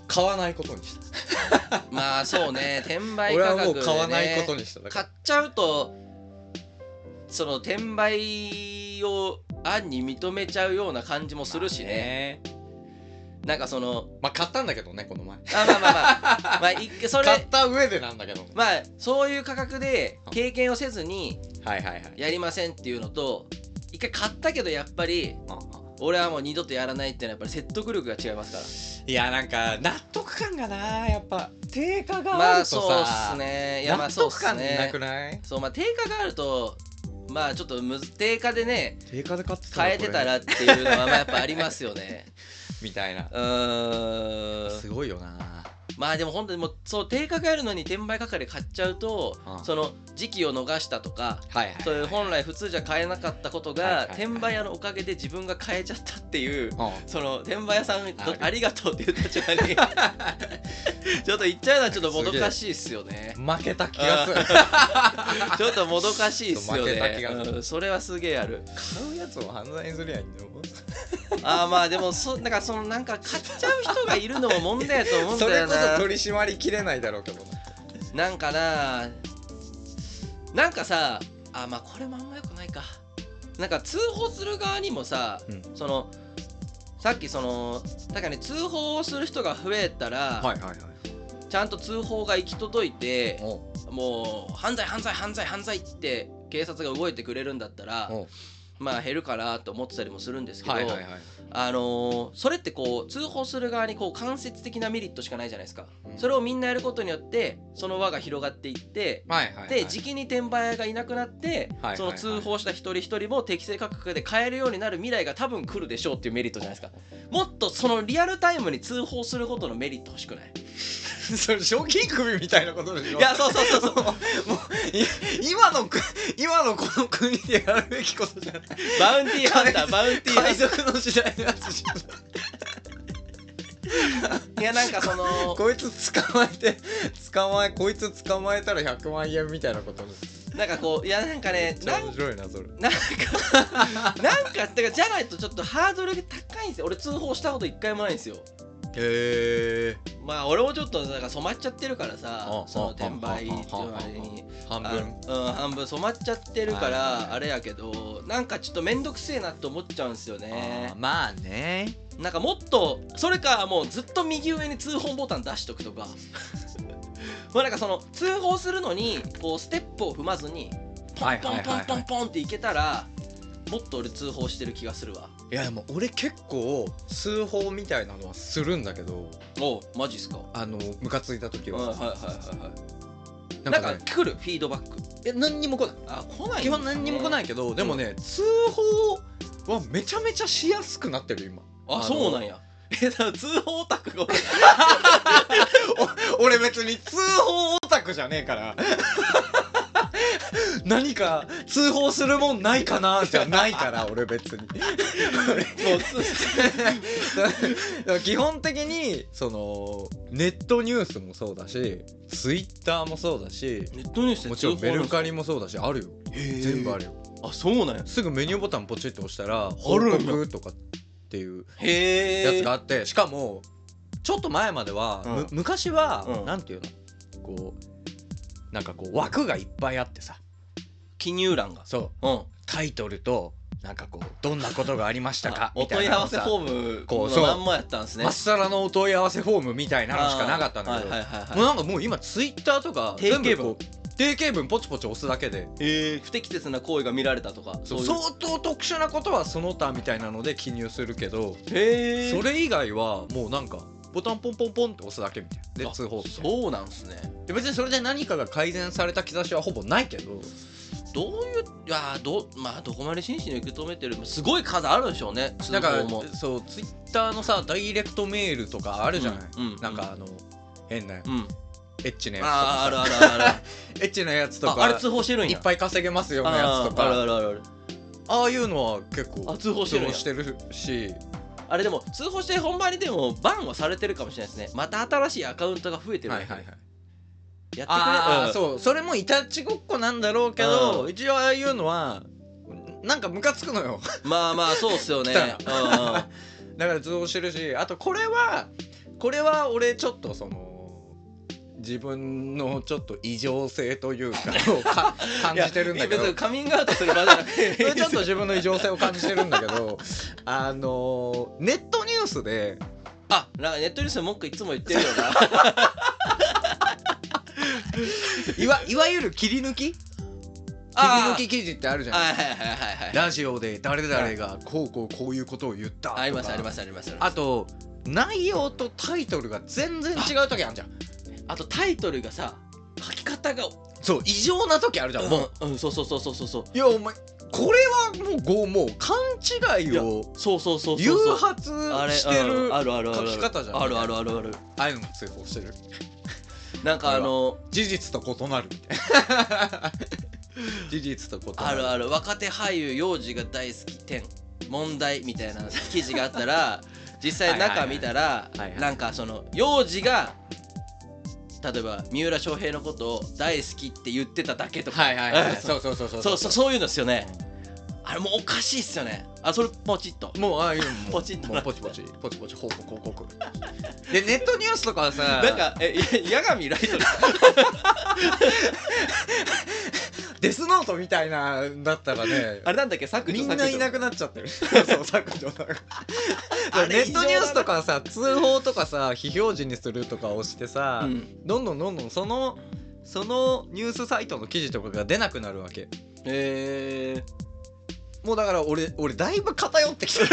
[SPEAKER 2] 買わないことにした、
[SPEAKER 1] まあそう ね転売
[SPEAKER 2] 俺
[SPEAKER 1] 価
[SPEAKER 2] は
[SPEAKER 1] 格、ね、
[SPEAKER 2] もう買わないことにしただ
[SPEAKER 1] 買
[SPEAKER 2] から
[SPEAKER 1] っちゃうとその転売を案に認めちゃうような感じもするしね,、なんかその
[SPEAKER 2] まあ買ったんだけどねこの前
[SPEAKER 1] あまあまあまあまあいっそ
[SPEAKER 2] 買
[SPEAKER 1] れ
[SPEAKER 2] った上でなんだけど
[SPEAKER 1] まあそういう価格で経験をせずに
[SPEAKER 2] はいはいはい
[SPEAKER 1] やりませんっていうのと一回買ったけどやっぱり
[SPEAKER 2] ああ
[SPEAKER 1] 俺はもう二度とやらないっていうのはやっぱり説得力が違いますから
[SPEAKER 2] いやなんか納得感がなやっぱ定価が
[SPEAKER 1] ま
[SPEAKER 2] あ
[SPEAKER 1] あ
[SPEAKER 2] るとさ、
[SPEAKER 1] そうっすねいやま
[SPEAKER 2] 納
[SPEAKER 1] あそうっ
[SPEAKER 2] 得
[SPEAKER 1] す
[SPEAKER 2] 感な
[SPEAKER 1] ね
[SPEAKER 2] くない
[SPEAKER 1] そうまあ定価があるとまあちょっとむず定価でね
[SPEAKER 2] 定価で買って
[SPEAKER 1] 変えてたらっていうのはまあやっぱありますよね
[SPEAKER 2] みたいな
[SPEAKER 1] うーん
[SPEAKER 2] すごいよな
[SPEAKER 1] まあでも本当にもうそう定価があるのに転売価格で買っちゃうと、
[SPEAKER 2] うん
[SPEAKER 1] その時期を逃したとか
[SPEAKER 2] はいはい
[SPEAKER 1] そういう本来普通じゃ買えなかったことが、
[SPEAKER 2] はいはいはい
[SPEAKER 1] 転売屋のおかげで自分が買えちゃったっていう
[SPEAKER 2] うん
[SPEAKER 1] その転売屋さんど
[SPEAKER 2] ある
[SPEAKER 1] ありがとうっていう立場 にちょっと言っちゃうのはちょっともどかしいっすよ ね
[SPEAKER 2] 負けた気が する
[SPEAKER 1] ちょっともどかしいっすよ
[SPEAKER 2] そう負けた気
[SPEAKER 1] ね
[SPEAKER 2] がする
[SPEAKER 1] うんそれはすげえある
[SPEAKER 2] 買うやつを犯罪にすりゃいいんだよ
[SPEAKER 1] あーまあでもそなんかそのなんか買っちゃう人がいるのも問題やと思うん
[SPEAKER 2] そ
[SPEAKER 1] だ
[SPEAKER 2] れ
[SPEAKER 1] よ
[SPEAKER 2] こ
[SPEAKER 1] な
[SPEAKER 2] そ取り締まりきれないだろうけどな
[SPEAKER 1] なんかななんかさあまあこれもあんまよくないかなんか通報する側にもさ、
[SPEAKER 2] うん
[SPEAKER 1] そのさっきそのだからね通報をする人が増えたら、
[SPEAKER 2] いはいはい
[SPEAKER 1] ちゃんと通報が行き届いて
[SPEAKER 2] おう
[SPEAKER 1] もう犯罪犯罪犯罪犯罪って警察が動いてくれるんだったら
[SPEAKER 2] おう
[SPEAKER 1] まあ減るかなと思ってたりもするんですけど、
[SPEAKER 2] はいはいはい
[SPEAKER 1] あのーそれってこう通報する側にこう間接的なメリットしかないじゃないですか、
[SPEAKER 2] うん
[SPEAKER 1] それをみんなやることによってその輪が広がっていって
[SPEAKER 2] はいはいはい
[SPEAKER 1] で時期に転売屋がいなくなって、
[SPEAKER 2] はいはいはい
[SPEAKER 1] その通報した一人一人も適正価格で買えるようになる未来が多分来るでしょうっていうメリットじゃないですかもっとそのリアルタイムに通報することのメリット欲しくない
[SPEAKER 2] それ賞金首みたいなことでしょ
[SPEAKER 1] いやそうそうそうそう
[SPEAKER 2] もうい今の国今のこの国でやるべきことじゃない
[SPEAKER 1] バウンティーハンターバウンティーハンター
[SPEAKER 2] 海賊の時代のやつじゃん
[SPEAKER 1] いやなんかその
[SPEAKER 2] こいつ捕まえて捕まえこいつ捕まえたら100万円みたいなこと
[SPEAKER 1] なんかこういやなんか
[SPEAKER 2] め
[SPEAKER 1] ね
[SPEAKER 2] っち
[SPEAKER 1] な
[SPEAKER 2] ゃ
[SPEAKER 1] ん
[SPEAKER 2] 面白いな それ
[SPEAKER 1] なんか なんかだからじゃないとちょっとハードルが高いんですよ俺通報したこと一回もないんですよ
[SPEAKER 2] へえ
[SPEAKER 1] まあ俺もちょっとなんか染まっちゃってるからさ
[SPEAKER 2] あ
[SPEAKER 1] その
[SPEAKER 2] あ
[SPEAKER 1] 転売っていう
[SPEAKER 2] あ
[SPEAKER 1] あれに
[SPEAKER 2] 半
[SPEAKER 1] あ
[SPEAKER 2] 分
[SPEAKER 1] うん、半分染まっちゃってるか
[SPEAKER 2] はいはいはい
[SPEAKER 1] らあれやけどなんかちょっと面倒くせえなって思っちゃうんですよね
[SPEAKER 2] あーまあね
[SPEAKER 1] なんかもっとそれかもうずっと右上に通報ボタン出しとくとか まあなんかその通報するのにこうステップを踏まずにポ
[SPEAKER 2] は
[SPEAKER 1] ン
[SPEAKER 2] いはい
[SPEAKER 1] ポン
[SPEAKER 2] はいはい
[SPEAKER 1] ポンポンポンっていけたらもっと俺通報してる気がするわ
[SPEAKER 2] いやでも俺結構通報みたいなのはするんだけど
[SPEAKER 1] おうマジっすかは
[SPEAKER 2] あのムカついた時
[SPEAKER 1] いはいはいは
[SPEAKER 2] は
[SPEAKER 1] いはい
[SPEAKER 2] な
[SPEAKER 1] なん
[SPEAKER 2] んか,、
[SPEAKER 1] か
[SPEAKER 2] ね、
[SPEAKER 1] 来るフィードバック
[SPEAKER 2] え何にも来ない
[SPEAKER 1] あ来ない
[SPEAKER 2] 基本何にも来ないいけどでもね通報はめちゃめちゃしやすくなってる今
[SPEAKER 1] あそうなんやえだから通報オタクが 俺
[SPEAKER 2] お俺別に通報オタクじゃねえから 何か通報するもんないかなじゃない から俺別に
[SPEAKER 1] もうつ
[SPEAKER 2] 基本的にそのネットニュースもそうだしツイッターもそうだし
[SPEAKER 1] ネットニュースで
[SPEAKER 2] もちろん
[SPEAKER 1] 通報あ
[SPEAKER 2] メ
[SPEAKER 1] る
[SPEAKER 2] ル
[SPEAKER 1] ですか
[SPEAKER 2] カリもそうだしあるよ全部あるよ
[SPEAKER 1] あそうなんや
[SPEAKER 2] すぐメニューボタンポチッと押したら「報
[SPEAKER 1] るんだ
[SPEAKER 2] 告」とかっていう
[SPEAKER 1] へ
[SPEAKER 2] や
[SPEAKER 1] え
[SPEAKER 2] つがあってしかもちょっと前までは、
[SPEAKER 1] うん
[SPEAKER 2] む昔は、
[SPEAKER 1] うん
[SPEAKER 2] なんていうのこうなんかこう枠がいっぱいあってさ
[SPEAKER 1] 記入欄が
[SPEAKER 2] そう
[SPEAKER 1] うん
[SPEAKER 2] タイトルとなんかこうどんなことがありましたか
[SPEAKER 1] あ
[SPEAKER 2] み
[SPEAKER 1] お
[SPEAKER 2] た
[SPEAKER 1] 問
[SPEAKER 2] い
[SPEAKER 1] い
[SPEAKER 2] な
[SPEAKER 1] 合
[SPEAKER 2] の
[SPEAKER 1] わせ
[SPEAKER 2] さ
[SPEAKER 1] フォーム
[SPEAKER 2] こう
[SPEAKER 1] の
[SPEAKER 2] そう
[SPEAKER 1] まんまやったんですね
[SPEAKER 2] まっさらのお問い合わせフォームみたいなのしかなかったんだけ
[SPEAKER 1] あ
[SPEAKER 2] ど、
[SPEAKER 1] ーはいはいはいは
[SPEAKER 2] もう
[SPEAKER 1] い
[SPEAKER 2] なんかもう今ツイッターとか
[SPEAKER 1] 定型文
[SPEAKER 2] 全部こう定型文ポチポチ押すだけで
[SPEAKER 1] えー不適切な行為が見られたとか
[SPEAKER 2] そう
[SPEAKER 1] い
[SPEAKER 2] 相当特殊なことはその他みたいなので記入するけど、
[SPEAKER 1] へえ
[SPEAKER 2] それ以外はもうなんかボタンポンポンポンって押すだけみたいなで通報みたいな
[SPEAKER 1] そうなんすね
[SPEAKER 2] で別にそれで何かが改善された兆しはほぼないけど
[SPEAKER 1] どういういやーど,、まあ、どこまで真摯に受け止めてるすごい数あるでしょうね通
[SPEAKER 2] なんか
[SPEAKER 1] 報も
[SPEAKER 2] そうツイッターのさダイレクトメールとかあるじゃない、
[SPEAKER 1] うん
[SPEAKER 2] なんかあの変なエ
[SPEAKER 1] うん
[SPEAKER 2] ッチなやつとか
[SPEAKER 1] あーあ
[SPEAKER 2] さ
[SPEAKER 1] るある あるある
[SPEAKER 2] エッチなやつと
[SPEAKER 1] ああれ
[SPEAKER 2] か
[SPEAKER 1] 通報してるん
[SPEAKER 2] い
[SPEAKER 1] や
[SPEAKER 2] っぱい稼げますよのや
[SPEAKER 1] あ
[SPEAKER 2] つ
[SPEAKER 1] ー
[SPEAKER 2] と
[SPEAKER 1] ある
[SPEAKER 2] か
[SPEAKER 1] あるあるある
[SPEAKER 2] ああいうのは結構
[SPEAKER 1] あ通報してるんや
[SPEAKER 2] 通るし
[SPEAKER 1] あれでも通報して本番にでもバンはされてるかもしれないですねまた新しいアカウントが増えてる
[SPEAKER 2] はい
[SPEAKER 1] だ
[SPEAKER 2] はい
[SPEAKER 1] けで
[SPEAKER 2] はい
[SPEAKER 1] やってくれ
[SPEAKER 2] ああ
[SPEAKER 1] うん
[SPEAKER 2] そうそれもいたちごっこなんだろうけど
[SPEAKER 1] うん
[SPEAKER 2] 一応ああいうのはなんかムカつくのよ
[SPEAKER 1] まあまあそうっすよね
[SPEAKER 2] 来たな
[SPEAKER 1] うんうん
[SPEAKER 2] だから通報してるしあとこれはこれは俺ちょっとその自分のちょっと異常性というか をか 感じてるんだけど
[SPEAKER 1] いや別にカミングアウトする場じゃなくて
[SPEAKER 2] それちょっと自分の異常性を感じてるんだけ どあのネットニュース で
[SPEAKER 1] あなんかネットニュースの文句いつも言ってるよ な
[SPEAKER 2] いわいわゆる切り抜き切り
[SPEAKER 1] あ
[SPEAKER 2] 抜き記事ってあるじゃな
[SPEAKER 1] はい
[SPEAKER 2] い
[SPEAKER 1] はいはいはいはい
[SPEAKER 2] ラジオで誰々がこうこうこういうことを言ったとか
[SPEAKER 1] ありますありますありますあります
[SPEAKER 2] あと内容とタイトルが全然違う時あるじゃん
[SPEAKER 1] あとタイトルがさ書き方が
[SPEAKER 2] そう異常な時あるじゃん、もう
[SPEAKER 1] うん、うん、そうそうそうそうそうそう
[SPEAKER 2] いやお前これはもうごもう勘違いを
[SPEAKER 1] そうそうそうそう
[SPEAKER 2] 誘発して
[SPEAKER 1] う
[SPEAKER 2] る
[SPEAKER 1] ん
[SPEAKER 2] あ
[SPEAKER 1] あるあるあるある
[SPEAKER 2] 書き方じゃん
[SPEAKER 1] あるあるあるある
[SPEAKER 2] あいうのも通報してる
[SPEAKER 1] なんかあの
[SPEAKER 2] 事実と異なるみたいな事実と異な
[SPEAKER 1] あ
[SPEAKER 2] る
[SPEAKER 1] るある若手俳優幼児が大好き点問題みたいな記事があった ら実際中見たら
[SPEAKER 2] いはいはい
[SPEAKER 1] なんかその幼児が例えば三浦翔平のことを大好きって言ってただけとか、
[SPEAKER 2] はいはいは
[SPEAKER 1] う
[SPEAKER 2] い
[SPEAKER 1] ん
[SPEAKER 2] そうそうそうそう
[SPEAKER 1] そうそうそういうのですよねあれもうおかしいっすよねあそれポチッと
[SPEAKER 2] もうああいうのも
[SPEAKER 1] ポチッと
[SPEAKER 2] もうポチポチポチポチ報告報告でネットニュースとかはさ
[SPEAKER 1] なんかえいや矢神ライト ですか
[SPEAKER 2] デスノートみたいなんだったらね
[SPEAKER 1] あれなんだっけ削除
[SPEAKER 2] みん
[SPEAKER 1] 削
[SPEAKER 2] ない
[SPEAKER 1] 除
[SPEAKER 2] なくなっちゃってるそう削除だから
[SPEAKER 1] あ
[SPEAKER 2] ネ
[SPEAKER 1] れ
[SPEAKER 2] ットニュースとかはさ通報とかさ非表示にするとかをしてさ、
[SPEAKER 1] うん
[SPEAKER 2] どんどんどんどんそのそのニュースサイトの記事とかが出なくなるわけ
[SPEAKER 1] えー、
[SPEAKER 2] もうだから俺俺だいぶ偏ってきてる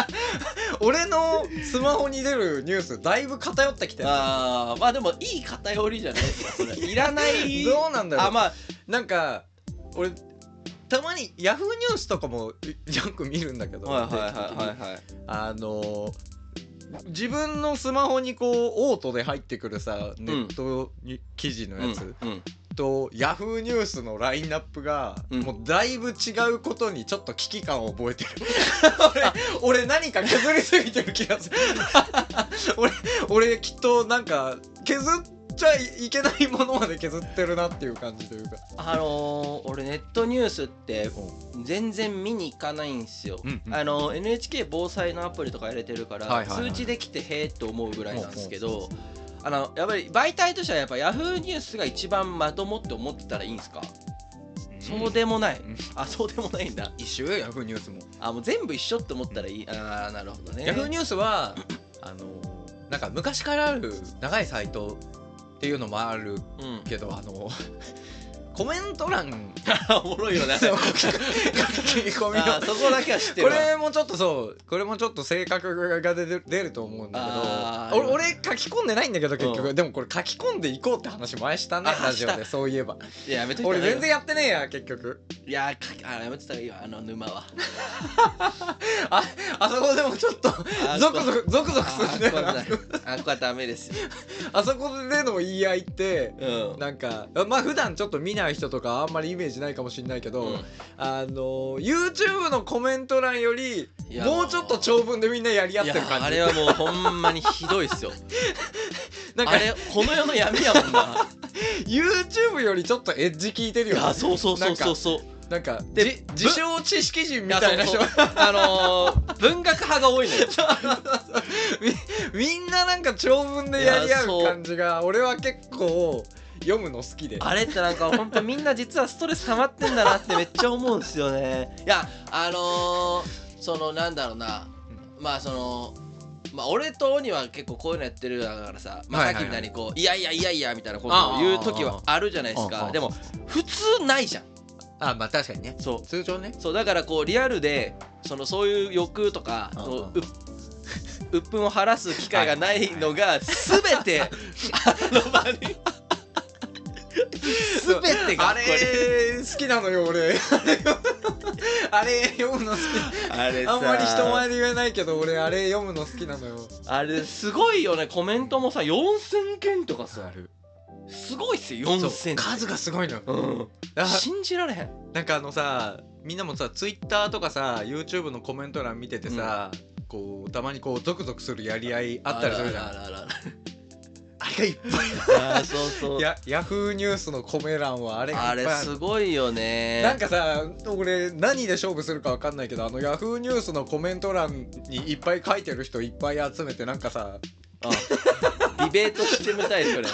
[SPEAKER 2] 俺のスマホに出るニュースだいぶ偏ってきてる
[SPEAKER 1] あーまあでもいい偏りじゃないですかそ れいらない
[SPEAKER 2] どうなんだろう
[SPEAKER 1] あまあ
[SPEAKER 2] なんか俺たまにヤフーニュースとかもいよく見るんだけど、
[SPEAKER 1] はいはいはいはいはい
[SPEAKER 2] あのー自分のスマホにこうオートで入ってくるさネットに記事のやつ、
[SPEAKER 1] うんうん
[SPEAKER 2] とヤフーニュースのラインナップが、
[SPEAKER 1] うん
[SPEAKER 2] もうだいぶ違うことにちょっと危機感を覚えてる俺俺何か削りすぎてる気がする 俺俺きっとなんか削っちゃいけないものまで削ってるなっていう感じというか
[SPEAKER 1] あのー俺ネットニュースって全然見に行かないんですよ、
[SPEAKER 2] うんうん
[SPEAKER 1] あの NHK 防災のアプリとか入れてるから、
[SPEAKER 2] はいはいはい
[SPEAKER 1] 通知できてへえって思うぐらいなんですけど、あのやっぱり媒体としてはやっぱ Yahoo ニュースが一番まともって思ってたらいいんですか、そうでもない、
[SPEAKER 2] うん
[SPEAKER 1] あそうでもないんだ
[SPEAKER 2] 一周ヤフーニュースも、
[SPEAKER 1] あもう全部一緒って思ったらいい、ああなるほどね
[SPEAKER 2] ヤフーニュースはあのなんか昔からある長いサイトっていうのもあ
[SPEAKER 1] う
[SPEAKER 2] る
[SPEAKER 1] ん
[SPEAKER 2] けどあのコメン ト欄
[SPEAKER 1] おもろいよ ね
[SPEAKER 2] そう書き込みを
[SPEAKER 1] あーそこだけは知って
[SPEAKER 2] こ
[SPEAKER 1] るわ
[SPEAKER 2] れもちょっとそうこれもちょっと性格が出る出ると思うんだ
[SPEAKER 1] あ
[SPEAKER 2] け
[SPEAKER 1] ー
[SPEAKER 2] ど俺俺書き込んでないんだけど結局、
[SPEAKER 1] うん
[SPEAKER 2] でもこれ書き込んでいこうって話前したね
[SPEAKER 1] あ
[SPEAKER 2] ラジオ
[SPEAKER 1] し
[SPEAKER 2] でそういえ ば
[SPEAKER 1] いややめといた方が
[SPEAKER 2] 俺
[SPEAKER 1] いいよ
[SPEAKER 2] 全然やってねえや結局
[SPEAKER 1] いやかあやめてたらいいわあの沼は
[SPEAKER 2] あそこでもちょっと
[SPEAKER 1] あ
[SPEAKER 2] ゾクゾクゾクゾクするんだよ
[SPEAKER 1] あ
[SPEAKER 2] な
[SPEAKER 1] ーここはあここはダメですよ
[SPEAKER 2] あそこでの言い合いって
[SPEAKER 1] うん
[SPEAKER 2] なんかまあ普段ちょっと見ない人とかあんまりイメージないかもしれないけど、
[SPEAKER 1] うん
[SPEAKER 2] あの YouTube のコメント欄より
[SPEAKER 1] いや
[SPEAKER 2] もうちょっと長文でみんなやり合ってる
[SPEAKER 1] いやあ
[SPEAKER 2] 感じ
[SPEAKER 1] れはもうほんまにひどいっすよ
[SPEAKER 2] なんか
[SPEAKER 1] あれこの世の闇やもんな
[SPEAKER 2] YouTube よりちょっとエッジ聞いて
[SPEAKER 1] い
[SPEAKER 2] るよ
[SPEAKER 1] や
[SPEAKER 2] ね
[SPEAKER 1] そうそうそうそうそう
[SPEAKER 2] なんか
[SPEAKER 1] で
[SPEAKER 2] じ
[SPEAKER 1] ぶ
[SPEAKER 2] 自称知識人みたいな人
[SPEAKER 1] いやそうそうあのー文学派が多いのよ
[SPEAKER 2] みんななんか長文でやり合う感じが俺は結構読むの好きで
[SPEAKER 1] あれってなんかほんとみんな実はストレス溜まってんだなってめっちゃ思うんですよねいやあのーそのなんだろうなまあそのまあ俺と鬼は結構こういうのやってるだからさ、まあ、
[SPEAKER 2] は
[SPEAKER 1] さ
[SPEAKER 2] い
[SPEAKER 1] っき
[SPEAKER 2] はいはい
[SPEAKER 1] みたいにこう「いやいやいやいや」みたいなことを言う時はあるじゃないです
[SPEAKER 2] あああああ
[SPEAKER 1] か
[SPEAKER 2] あ
[SPEAKER 1] でも普通ないじゃん
[SPEAKER 2] あまあ確かにね
[SPEAKER 1] そう
[SPEAKER 2] 通常ね
[SPEAKER 1] そうだからこうリアルでそのそういう欲とか
[SPEAKER 2] うんうん
[SPEAKER 1] そう うっぷんを晴らす機会がないのが全てあの場に全てが
[SPEAKER 2] あれ好きなのよ 俺あれ読むの好
[SPEAKER 1] あれ
[SPEAKER 2] き
[SPEAKER 1] さ
[SPEAKER 2] あんまり人前で言えないけど俺あれ読むの好きなのよ
[SPEAKER 1] あれすごいよねコメントもさ4,000件とかさすごいっすよ
[SPEAKER 2] そう
[SPEAKER 1] 4,000
[SPEAKER 2] 数がすごいのよ
[SPEAKER 1] うん
[SPEAKER 2] あ
[SPEAKER 1] 信じられへん
[SPEAKER 2] なんかあのさみんなもさツイッターとかさ YouTube のコメント欄見ててさ、こうたまにこうゾクゾクするやり合いあったりするじゃんあ
[SPEAKER 1] あらあらあら
[SPEAKER 2] れがいっぱ
[SPEAKER 1] あらあーそうそう
[SPEAKER 2] いやヤフーニュースのコメ欄はあれ
[SPEAKER 1] あ
[SPEAKER 2] がいっ
[SPEAKER 1] れ
[SPEAKER 2] ぱいある
[SPEAKER 1] すごいよね
[SPEAKER 2] なんかさ俺何で勝負するかわかんないけどあのヤフーニュースのコメント欄にいっぱい書いてる人いっぱい集めてなんかさ
[SPEAKER 1] あディベートしてみたいそれ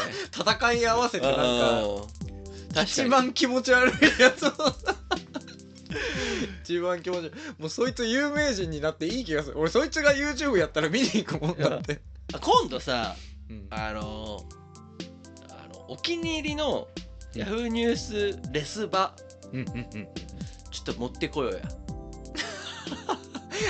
[SPEAKER 2] 戦い合わせてなんか
[SPEAKER 1] 確かに
[SPEAKER 2] 一番気持ち悪いやつを一番気持ち悪いもうそいつ有名人になっていい気がする俺そいつが YouTube やったら見に行くもんだって、
[SPEAKER 1] あ今度さ
[SPEAKER 2] うん
[SPEAKER 1] あのあのお気に入りの Yahoo ニュースレス場
[SPEAKER 2] うんうんうん、
[SPEAKER 1] ちょっと持ってこようや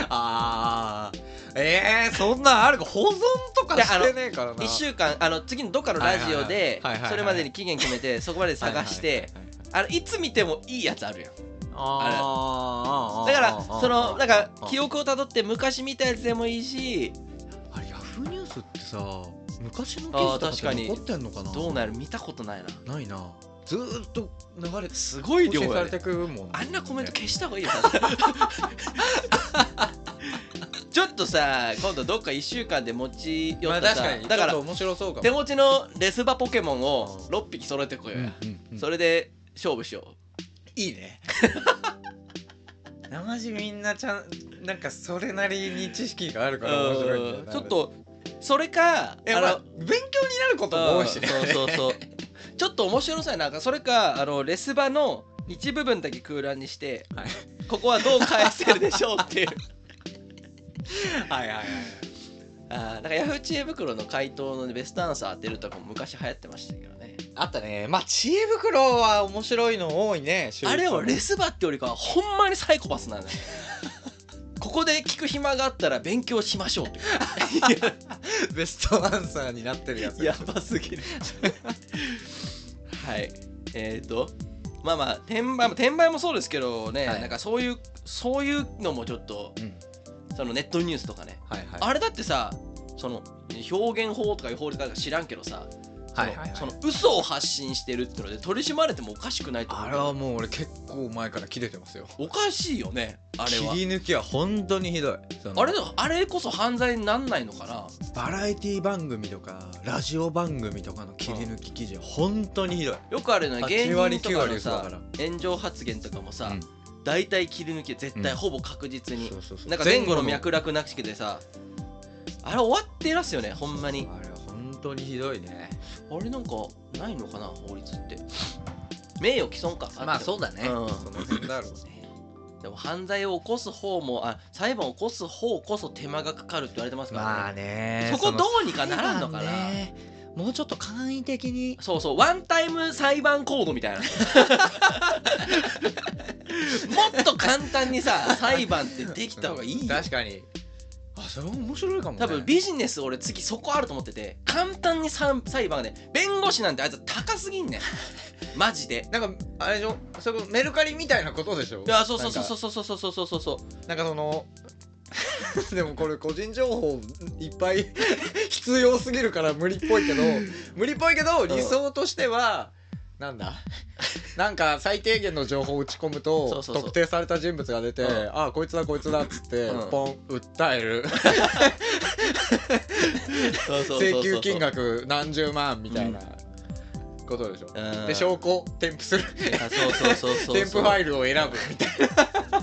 [SPEAKER 2] あーえー、そんなんあるか保存とかしてねえからな
[SPEAKER 1] 1週間あの次のどっかのラジオで
[SPEAKER 2] はいはいはいはいはいはい
[SPEAKER 1] それまでに期限決め てそこまで探してあのいつ見てもいいやつあるやん
[SPEAKER 2] あ
[SPEAKER 1] だからそのなんか記
[SPEAKER 2] 憶
[SPEAKER 1] 憶をたどって昔見たやつでもいいし
[SPEAKER 2] あれヤフーニュースってさ昔の記
[SPEAKER 1] あー
[SPEAKER 2] 事とかっ
[SPEAKER 1] 確かに
[SPEAKER 2] て残ってんのかな
[SPEAKER 1] どうなる見たことないな
[SPEAKER 2] ないなずーっと流れて
[SPEAKER 1] すごい量
[SPEAKER 2] 更
[SPEAKER 1] や
[SPEAKER 2] 新さ
[SPEAKER 1] ね
[SPEAKER 2] れてくもんね、
[SPEAKER 1] あんなコメント消した方がいいよ。 ちょっとさ、今度どっか1週間で持ち寄っ
[SPEAKER 2] まあ
[SPEAKER 1] た
[SPEAKER 2] 確
[SPEAKER 1] さ、
[SPEAKER 2] かに
[SPEAKER 1] だか
[SPEAKER 2] ちょっ
[SPEAKER 1] ら
[SPEAKER 2] と面白そうかも
[SPEAKER 1] 手持ちのレスバポケモンを
[SPEAKER 2] うん
[SPEAKER 1] 6匹揃えてこよ
[SPEAKER 2] う
[SPEAKER 1] うんや。
[SPEAKER 2] うんうん
[SPEAKER 1] それで勝負しよ
[SPEAKER 2] いいね生地みんなちゃんなんかそれなりに知識がある
[SPEAKER 1] う。
[SPEAKER 2] から面白いんだよ
[SPEAKER 1] うん
[SPEAKER 2] な
[SPEAKER 1] ちょっと、それか、
[SPEAKER 2] え、まあ、勉強になることも多いしね
[SPEAKER 1] うんそうそうそう。ちょっと面白さやなんか、それか、あのレスバの一部分だけ空欄にして、
[SPEAKER 2] はい
[SPEAKER 1] ここはどう返せるでしょうっていう。
[SPEAKER 2] はいはいはい
[SPEAKER 1] あーなんかヤフー知恵袋の回答のベストアンサー当てるとかも昔流行ってましたけどね
[SPEAKER 2] あったねまあ知恵袋は面白いの多いね
[SPEAKER 1] あれを
[SPEAKER 2] は
[SPEAKER 1] レスバってよりかはほんまにサイコパスなんだよここで聞く暇があったら勉強しましょうって
[SPEAKER 2] ベストアンサーになってるやつ
[SPEAKER 1] やばすぎるはいえっ、ー、とまあまあ転売転売もそうですけどね、
[SPEAKER 2] はい
[SPEAKER 1] なんかそういうそういうのもちょっと
[SPEAKER 2] うん
[SPEAKER 1] そのネットニュースとかね
[SPEAKER 2] はいはい
[SPEAKER 1] あれだってさその表現法とかいう法律とか知らんけどさその,、
[SPEAKER 2] はいはいはい
[SPEAKER 1] その嘘を発信してるってので取り締まれてもおかしくないと思う
[SPEAKER 2] あ
[SPEAKER 1] け
[SPEAKER 2] れは
[SPEAKER 1] ど
[SPEAKER 2] もう俺結構前から切れてますよ
[SPEAKER 1] おかしいよねあれは
[SPEAKER 2] 切り抜きは本当にひどいその
[SPEAKER 1] あれだあれこそ犯罪になんないのかな
[SPEAKER 2] バラエティ番組とかラジオ番組とかの切り抜き記事は本当にひどい
[SPEAKER 1] よくあるのは芸
[SPEAKER 2] 8割
[SPEAKER 1] 人と
[SPEAKER 2] 9
[SPEAKER 1] か
[SPEAKER 2] 割
[SPEAKER 1] の
[SPEAKER 2] 嘘だ
[SPEAKER 1] さ
[SPEAKER 2] から
[SPEAKER 1] 炎上発言とかもさ、
[SPEAKER 2] うん
[SPEAKER 1] 大体切り抜け絶対
[SPEAKER 2] うん
[SPEAKER 1] ほぼ確実に、
[SPEAKER 2] そうそうそう
[SPEAKER 1] なんか前後の脈絡なくしくてさあれ終わってらっすよねほんまに
[SPEAKER 2] あれは本当にひどいね
[SPEAKER 1] あれなんかないのかな法律って名誉毀損か
[SPEAKER 2] まあそううだ
[SPEAKER 1] う
[SPEAKER 2] ね
[SPEAKER 1] ん
[SPEAKER 2] その辺だろう
[SPEAKER 1] でも犯罪を起こす方もあ裁判を起こす方こそ手間がかかるって言われてますからね,、
[SPEAKER 2] まあね
[SPEAKER 1] そこど
[SPEAKER 2] う
[SPEAKER 1] うにかならんのかな
[SPEAKER 2] もうちょっと簡易的に
[SPEAKER 1] そうそうワンタイム裁判コードみたいな もっと簡単にさ裁判ってできた方がいいよ
[SPEAKER 2] 確かにあそれも面白いかもね
[SPEAKER 1] 多分ビジネス俺次そこあると思ってて簡単にさん裁判がね弁護士なんてあいつ高すぎ んねんマジで
[SPEAKER 2] なんかあれでしょそこメルカリみたいなことでしょ
[SPEAKER 1] いやそうそうそうそうそうそうそうそうそうそう
[SPEAKER 2] なんかその でもこれ個人情報いっぱい 必要すぎるから無理っぽいけど無理っぽいけど理想としては、な んだなんか最低限の情報を打ち込むと
[SPEAKER 1] そうそうそう
[SPEAKER 2] 特定された人物が出て「
[SPEAKER 1] うん
[SPEAKER 2] ああこいつだこいつだ」っつって、
[SPEAKER 1] うん
[SPEAKER 2] ポン訴える
[SPEAKER 1] そう そうそう
[SPEAKER 2] 請求金額何十万みたいなことでしょ。
[SPEAKER 1] うん
[SPEAKER 2] で証拠添付する
[SPEAKER 1] いやそうそうそうそうそう
[SPEAKER 2] 添付ファイルを選ぶみたい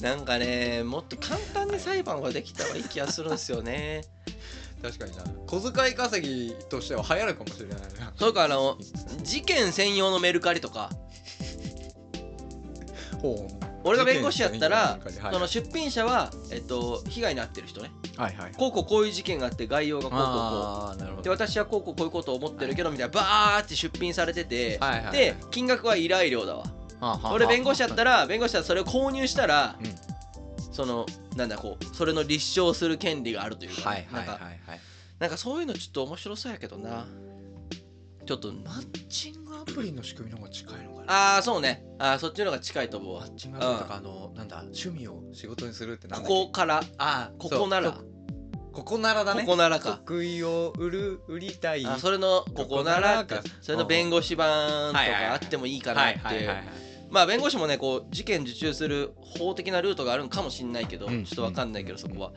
[SPEAKER 1] なんかねもっと簡単に裁判ができたらいい気がするんですよね
[SPEAKER 2] な確かにな小遣い稼ぎとしては流行るかもしれないな
[SPEAKER 1] それからあの事件専用のメルカリとか
[SPEAKER 2] ほう
[SPEAKER 1] 俺が弁護士やったら
[SPEAKER 2] 事件はい
[SPEAKER 1] その出品者は、えっと、被害に遭ってる人ね
[SPEAKER 2] はいはい
[SPEAKER 1] こうこうこういう事件があって概要がこうこうこ
[SPEAKER 2] あーなる
[SPEAKER 1] う
[SPEAKER 2] ほ
[SPEAKER 1] で
[SPEAKER 2] ど
[SPEAKER 1] 私はこうこうこういうことを思ってるけどみたいなバーって出品されてて、
[SPEAKER 2] はいはいはい
[SPEAKER 1] で金額は依頼料だわ
[SPEAKER 2] はあはあはあ
[SPEAKER 1] 俺弁護士やったら弁護士はそれを購入したら、
[SPEAKER 2] うん
[SPEAKER 1] そのなんだこうそれの立証する権利があるというか,、
[SPEAKER 2] はいはいはい
[SPEAKER 1] なんか
[SPEAKER 2] はい
[SPEAKER 1] なんかそういうのちょっと面白そうやけどなちょっと
[SPEAKER 2] マッチングアプリの仕組みの方が近いのかな
[SPEAKER 1] ああそうねあーそっちの方が近いと思う
[SPEAKER 2] マ
[SPEAKER 1] わ
[SPEAKER 2] ッチングアプリとかあのなんだ趣味を仕事にするってなん
[SPEAKER 1] こ
[SPEAKER 2] だっけ
[SPEAKER 1] こから
[SPEAKER 2] あー
[SPEAKER 1] ここなら
[SPEAKER 2] そう
[SPEAKER 1] こ
[SPEAKER 2] ここならだね
[SPEAKER 1] こならか
[SPEAKER 2] 得意を売る売りたい
[SPEAKER 1] あそれのここならか
[SPEAKER 2] ここならか
[SPEAKER 1] それの弁護士版と
[SPEAKER 2] はいはいはい
[SPEAKER 1] かあってもいいかなっていうまあ弁護士もねこう事件受注する法的なルートがあるんかもしんないけど、
[SPEAKER 2] うん
[SPEAKER 1] ちょっとわかんないけどそこは、は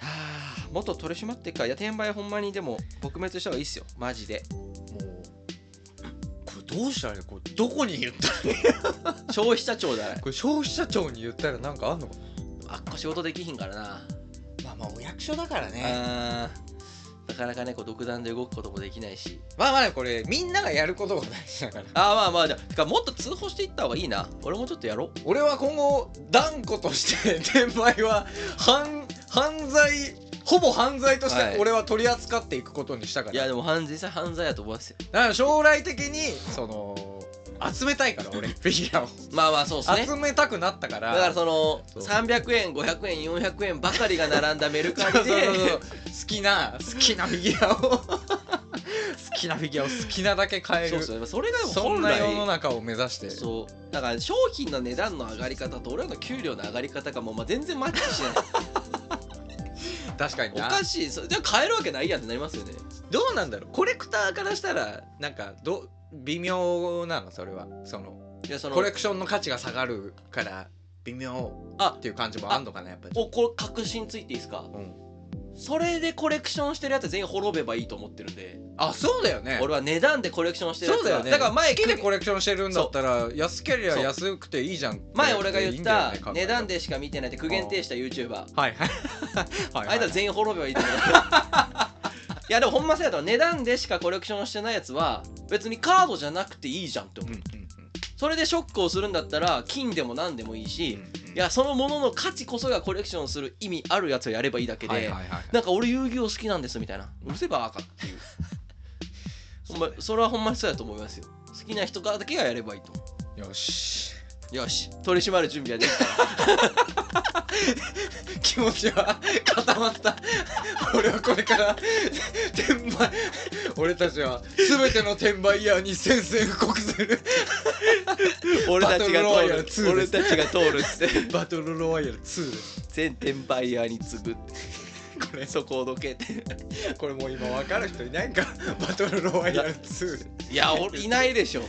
[SPEAKER 1] あもっと取り締まってっかいや転売ほんまにでも撲滅した方がいいっすよマジで
[SPEAKER 2] もうこれどうしたらいいのこれどこに言 ったらいい
[SPEAKER 1] 消費者庁だ ね
[SPEAKER 2] これ消費者庁に言ったらなんかあんのか
[SPEAKER 1] あっこ仕事できひんからな
[SPEAKER 2] まあまあお役所だか
[SPEAKER 1] あ
[SPEAKER 2] ら
[SPEAKER 1] ーなかなかねこう独断で動くこともできないし
[SPEAKER 2] まあまあこれみんながやることが大事だから
[SPEAKER 1] ああまあまあじゃあてかもっと通報していった方がいいな俺もちょっとやろう
[SPEAKER 2] 俺は今後断固として転売は犯犯罪ほぼ犯罪とし
[SPEAKER 1] は
[SPEAKER 2] て
[SPEAKER 1] い
[SPEAKER 2] 俺は取り扱っていくことにしたか
[SPEAKER 1] い
[SPEAKER 2] ら,、
[SPEAKER 1] やでも犯罪さ犯罪やと思いますよ
[SPEAKER 2] だから将来的にその集めたいから 俺フィギュアを
[SPEAKER 1] まあまあそうですね
[SPEAKER 2] 集めたくなったから
[SPEAKER 1] だからその
[SPEAKER 2] そう
[SPEAKER 1] 300円500円400円ばかりが並んだメルカ
[SPEAKER 2] そう
[SPEAKER 1] リ
[SPEAKER 2] そうそうそう
[SPEAKER 1] で
[SPEAKER 2] 好きな好きなフィギュアを好きなフィギュアを好きなだけ買え
[SPEAKER 1] そう
[SPEAKER 2] る
[SPEAKER 1] っす
[SPEAKER 2] そ
[SPEAKER 1] よねそれがでも
[SPEAKER 2] ん
[SPEAKER 1] 本
[SPEAKER 2] な
[SPEAKER 1] 来
[SPEAKER 2] 世の中を目指して
[SPEAKER 1] そうだから商品の値段の上がり方と俺らの給料の上がり方がもうまあ全然マッチし ない
[SPEAKER 2] 確かに
[SPEAKER 1] お
[SPEAKER 2] な
[SPEAKER 1] かしいそれじゃあ買えるわけないやんってなりますよね
[SPEAKER 2] どうなんだろうコレクターからしたらなんかど微妙なのそれはその
[SPEAKER 1] いやその
[SPEAKER 2] コレクションの価値が下がるから微妙
[SPEAKER 1] あ
[SPEAKER 2] っていう感じもあんのかなやっぱり、
[SPEAKER 1] おこれ確信ついていいですか
[SPEAKER 2] うん、
[SPEAKER 1] それでコレクションしてるやつ全員滅べばいいと思ってるんで
[SPEAKER 2] あそうだよね
[SPEAKER 1] 俺は値段でコレクションしてるやつ
[SPEAKER 2] そう
[SPEAKER 1] は
[SPEAKER 2] だよね
[SPEAKER 1] だから前
[SPEAKER 2] 好きでコレクションしてるんだったら安ければ
[SPEAKER 1] そう
[SPEAKER 2] 安くていいじゃん
[SPEAKER 1] 前俺が言った
[SPEAKER 2] いいんだよね
[SPEAKER 1] 値段でしか見てないって苦言呈した YouTuber
[SPEAKER 2] はい はいはい
[SPEAKER 1] あいつは全員滅べばいいと思う いやでもほんまそうやと思う値段でしかコレクションしてないやつは別にカードじゃなくていいじゃんって思
[SPEAKER 2] う
[SPEAKER 1] うん
[SPEAKER 2] うん
[SPEAKER 1] それでショックをするんだったら金でも何でもいいし、
[SPEAKER 2] うん
[SPEAKER 1] いやそのものの価値こそがコレクションする意味あるやつをやればいいだけで、
[SPEAKER 2] はいはいはい
[SPEAKER 1] なんか俺遊戯王好きなんですみたいなうるせえばーかっていう ほんまそれはほんまにそうやと思いますよ好きな人からだけがやればいいと思
[SPEAKER 2] よし
[SPEAKER 1] うよし取り締まる準備はできた
[SPEAKER 2] 気持ちは固まった 俺はこれから転売俺たちは全ての転売ヤーに宣戦布告す る
[SPEAKER 1] 俺たちが
[SPEAKER 2] バトルロイヤル
[SPEAKER 1] 通る
[SPEAKER 2] 2
[SPEAKER 1] 俺
[SPEAKER 2] です
[SPEAKER 1] たちが通るっつって
[SPEAKER 2] バトルロワイヤル2です
[SPEAKER 1] 全転売ヤーに次ぐ
[SPEAKER 2] これそこをどけてこれもう今分かる人いないん かバトルロワイヤル2、
[SPEAKER 1] いや俺いないでしょ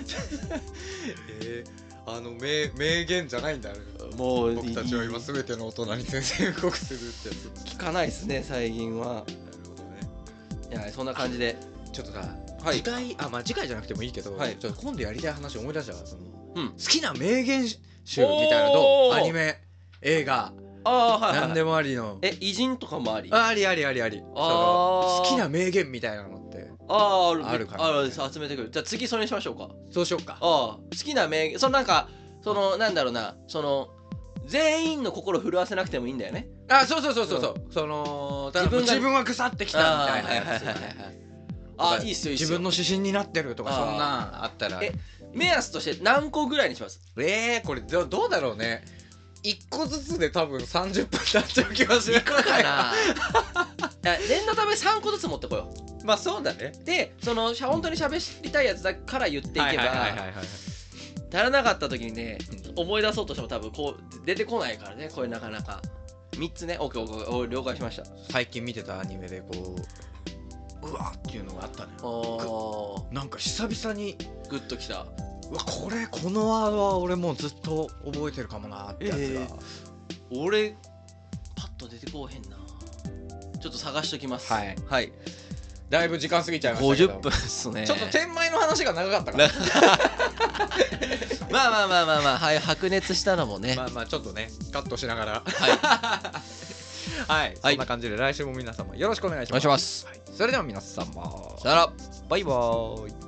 [SPEAKER 2] えー、あの名名言じゃないんだね
[SPEAKER 1] もう
[SPEAKER 2] 僕たちは今全ての大人に宣告するってやつ
[SPEAKER 1] 聞かないですね最近は
[SPEAKER 2] なるほどね
[SPEAKER 1] いやそんな感じで
[SPEAKER 2] ちょっとさ、
[SPEAKER 1] はい
[SPEAKER 2] 次回あまあ次回じゃなくてもいいけど、
[SPEAKER 1] はい
[SPEAKER 2] ちょっと今度やりたい話思い出したわその好
[SPEAKER 1] うん
[SPEAKER 2] きな名言集みたいなの
[SPEAKER 1] お
[SPEAKER 2] と
[SPEAKER 1] ー
[SPEAKER 2] アニメ映画
[SPEAKER 1] ああーはいはい、
[SPEAKER 2] 何でもありの
[SPEAKER 1] え偉人とかもあり
[SPEAKER 2] あありありありあり
[SPEAKER 1] あー
[SPEAKER 2] その好きな名言みたいなのって
[SPEAKER 1] あー
[SPEAKER 2] あるかな
[SPEAKER 1] あー集めてくるじゃあ次それにしましょうか
[SPEAKER 2] そうしよっか
[SPEAKER 1] ああ好きな名言そのなんかそのなんだろうなその全員の心震わせなくてもいいんだよね
[SPEAKER 2] あそうそうそうそうそう、そのただ
[SPEAKER 1] 自分が
[SPEAKER 2] 自分は腐ってきたみたいなやつ
[SPEAKER 1] あーはいはいはいはいああいいっすよいいっす
[SPEAKER 2] 自
[SPEAKER 1] よ
[SPEAKER 2] 分の指針になってるとかそ
[SPEAKER 1] あー
[SPEAKER 2] んなんあったら
[SPEAKER 1] え目安として何個ぐらいにします
[SPEAKER 2] えー、これどどうだろうね一個ずつで多分30分経っちゃう気がする
[SPEAKER 1] かなあ念のため3個ずつ持ってこよ
[SPEAKER 2] まあそうだね
[SPEAKER 1] うでそのしゃ本当に喋りたいやつだから言っていけば、
[SPEAKER 2] はいはいはいはいはい
[SPEAKER 1] 足らなかった時にね思い出そうとしても多分こう出てこないからねこれなかなか3つね OKOK 了解しました
[SPEAKER 2] 最近見てたアニメでこううわっていうのがあったね
[SPEAKER 1] おー
[SPEAKER 2] なんか久々に
[SPEAKER 1] グッときた
[SPEAKER 2] うわこれこのワードは俺もうずっと覚えてるかもなってやつが、
[SPEAKER 1] えー俺パッと出てこうへんなちょっと探しときます
[SPEAKER 2] はい、
[SPEAKER 1] はい、
[SPEAKER 2] だいぶ時間過ぎちゃいましたけど
[SPEAKER 1] 50分っすね
[SPEAKER 2] ちょっと天満の話が長かったから
[SPEAKER 1] まあまあまあまあまあ、はい、白熱したのもね、
[SPEAKER 2] まあまあちょっとねカットしながら
[SPEAKER 1] はいお
[SPEAKER 2] はい、
[SPEAKER 1] はい
[SPEAKER 2] そんな感じで来週も皆様よろしくお願いし
[SPEAKER 1] 願
[SPEAKER 2] ま
[SPEAKER 1] い
[SPEAKER 2] す
[SPEAKER 1] します
[SPEAKER 2] はいそれでは皆様
[SPEAKER 1] さよなら
[SPEAKER 2] バイバーイ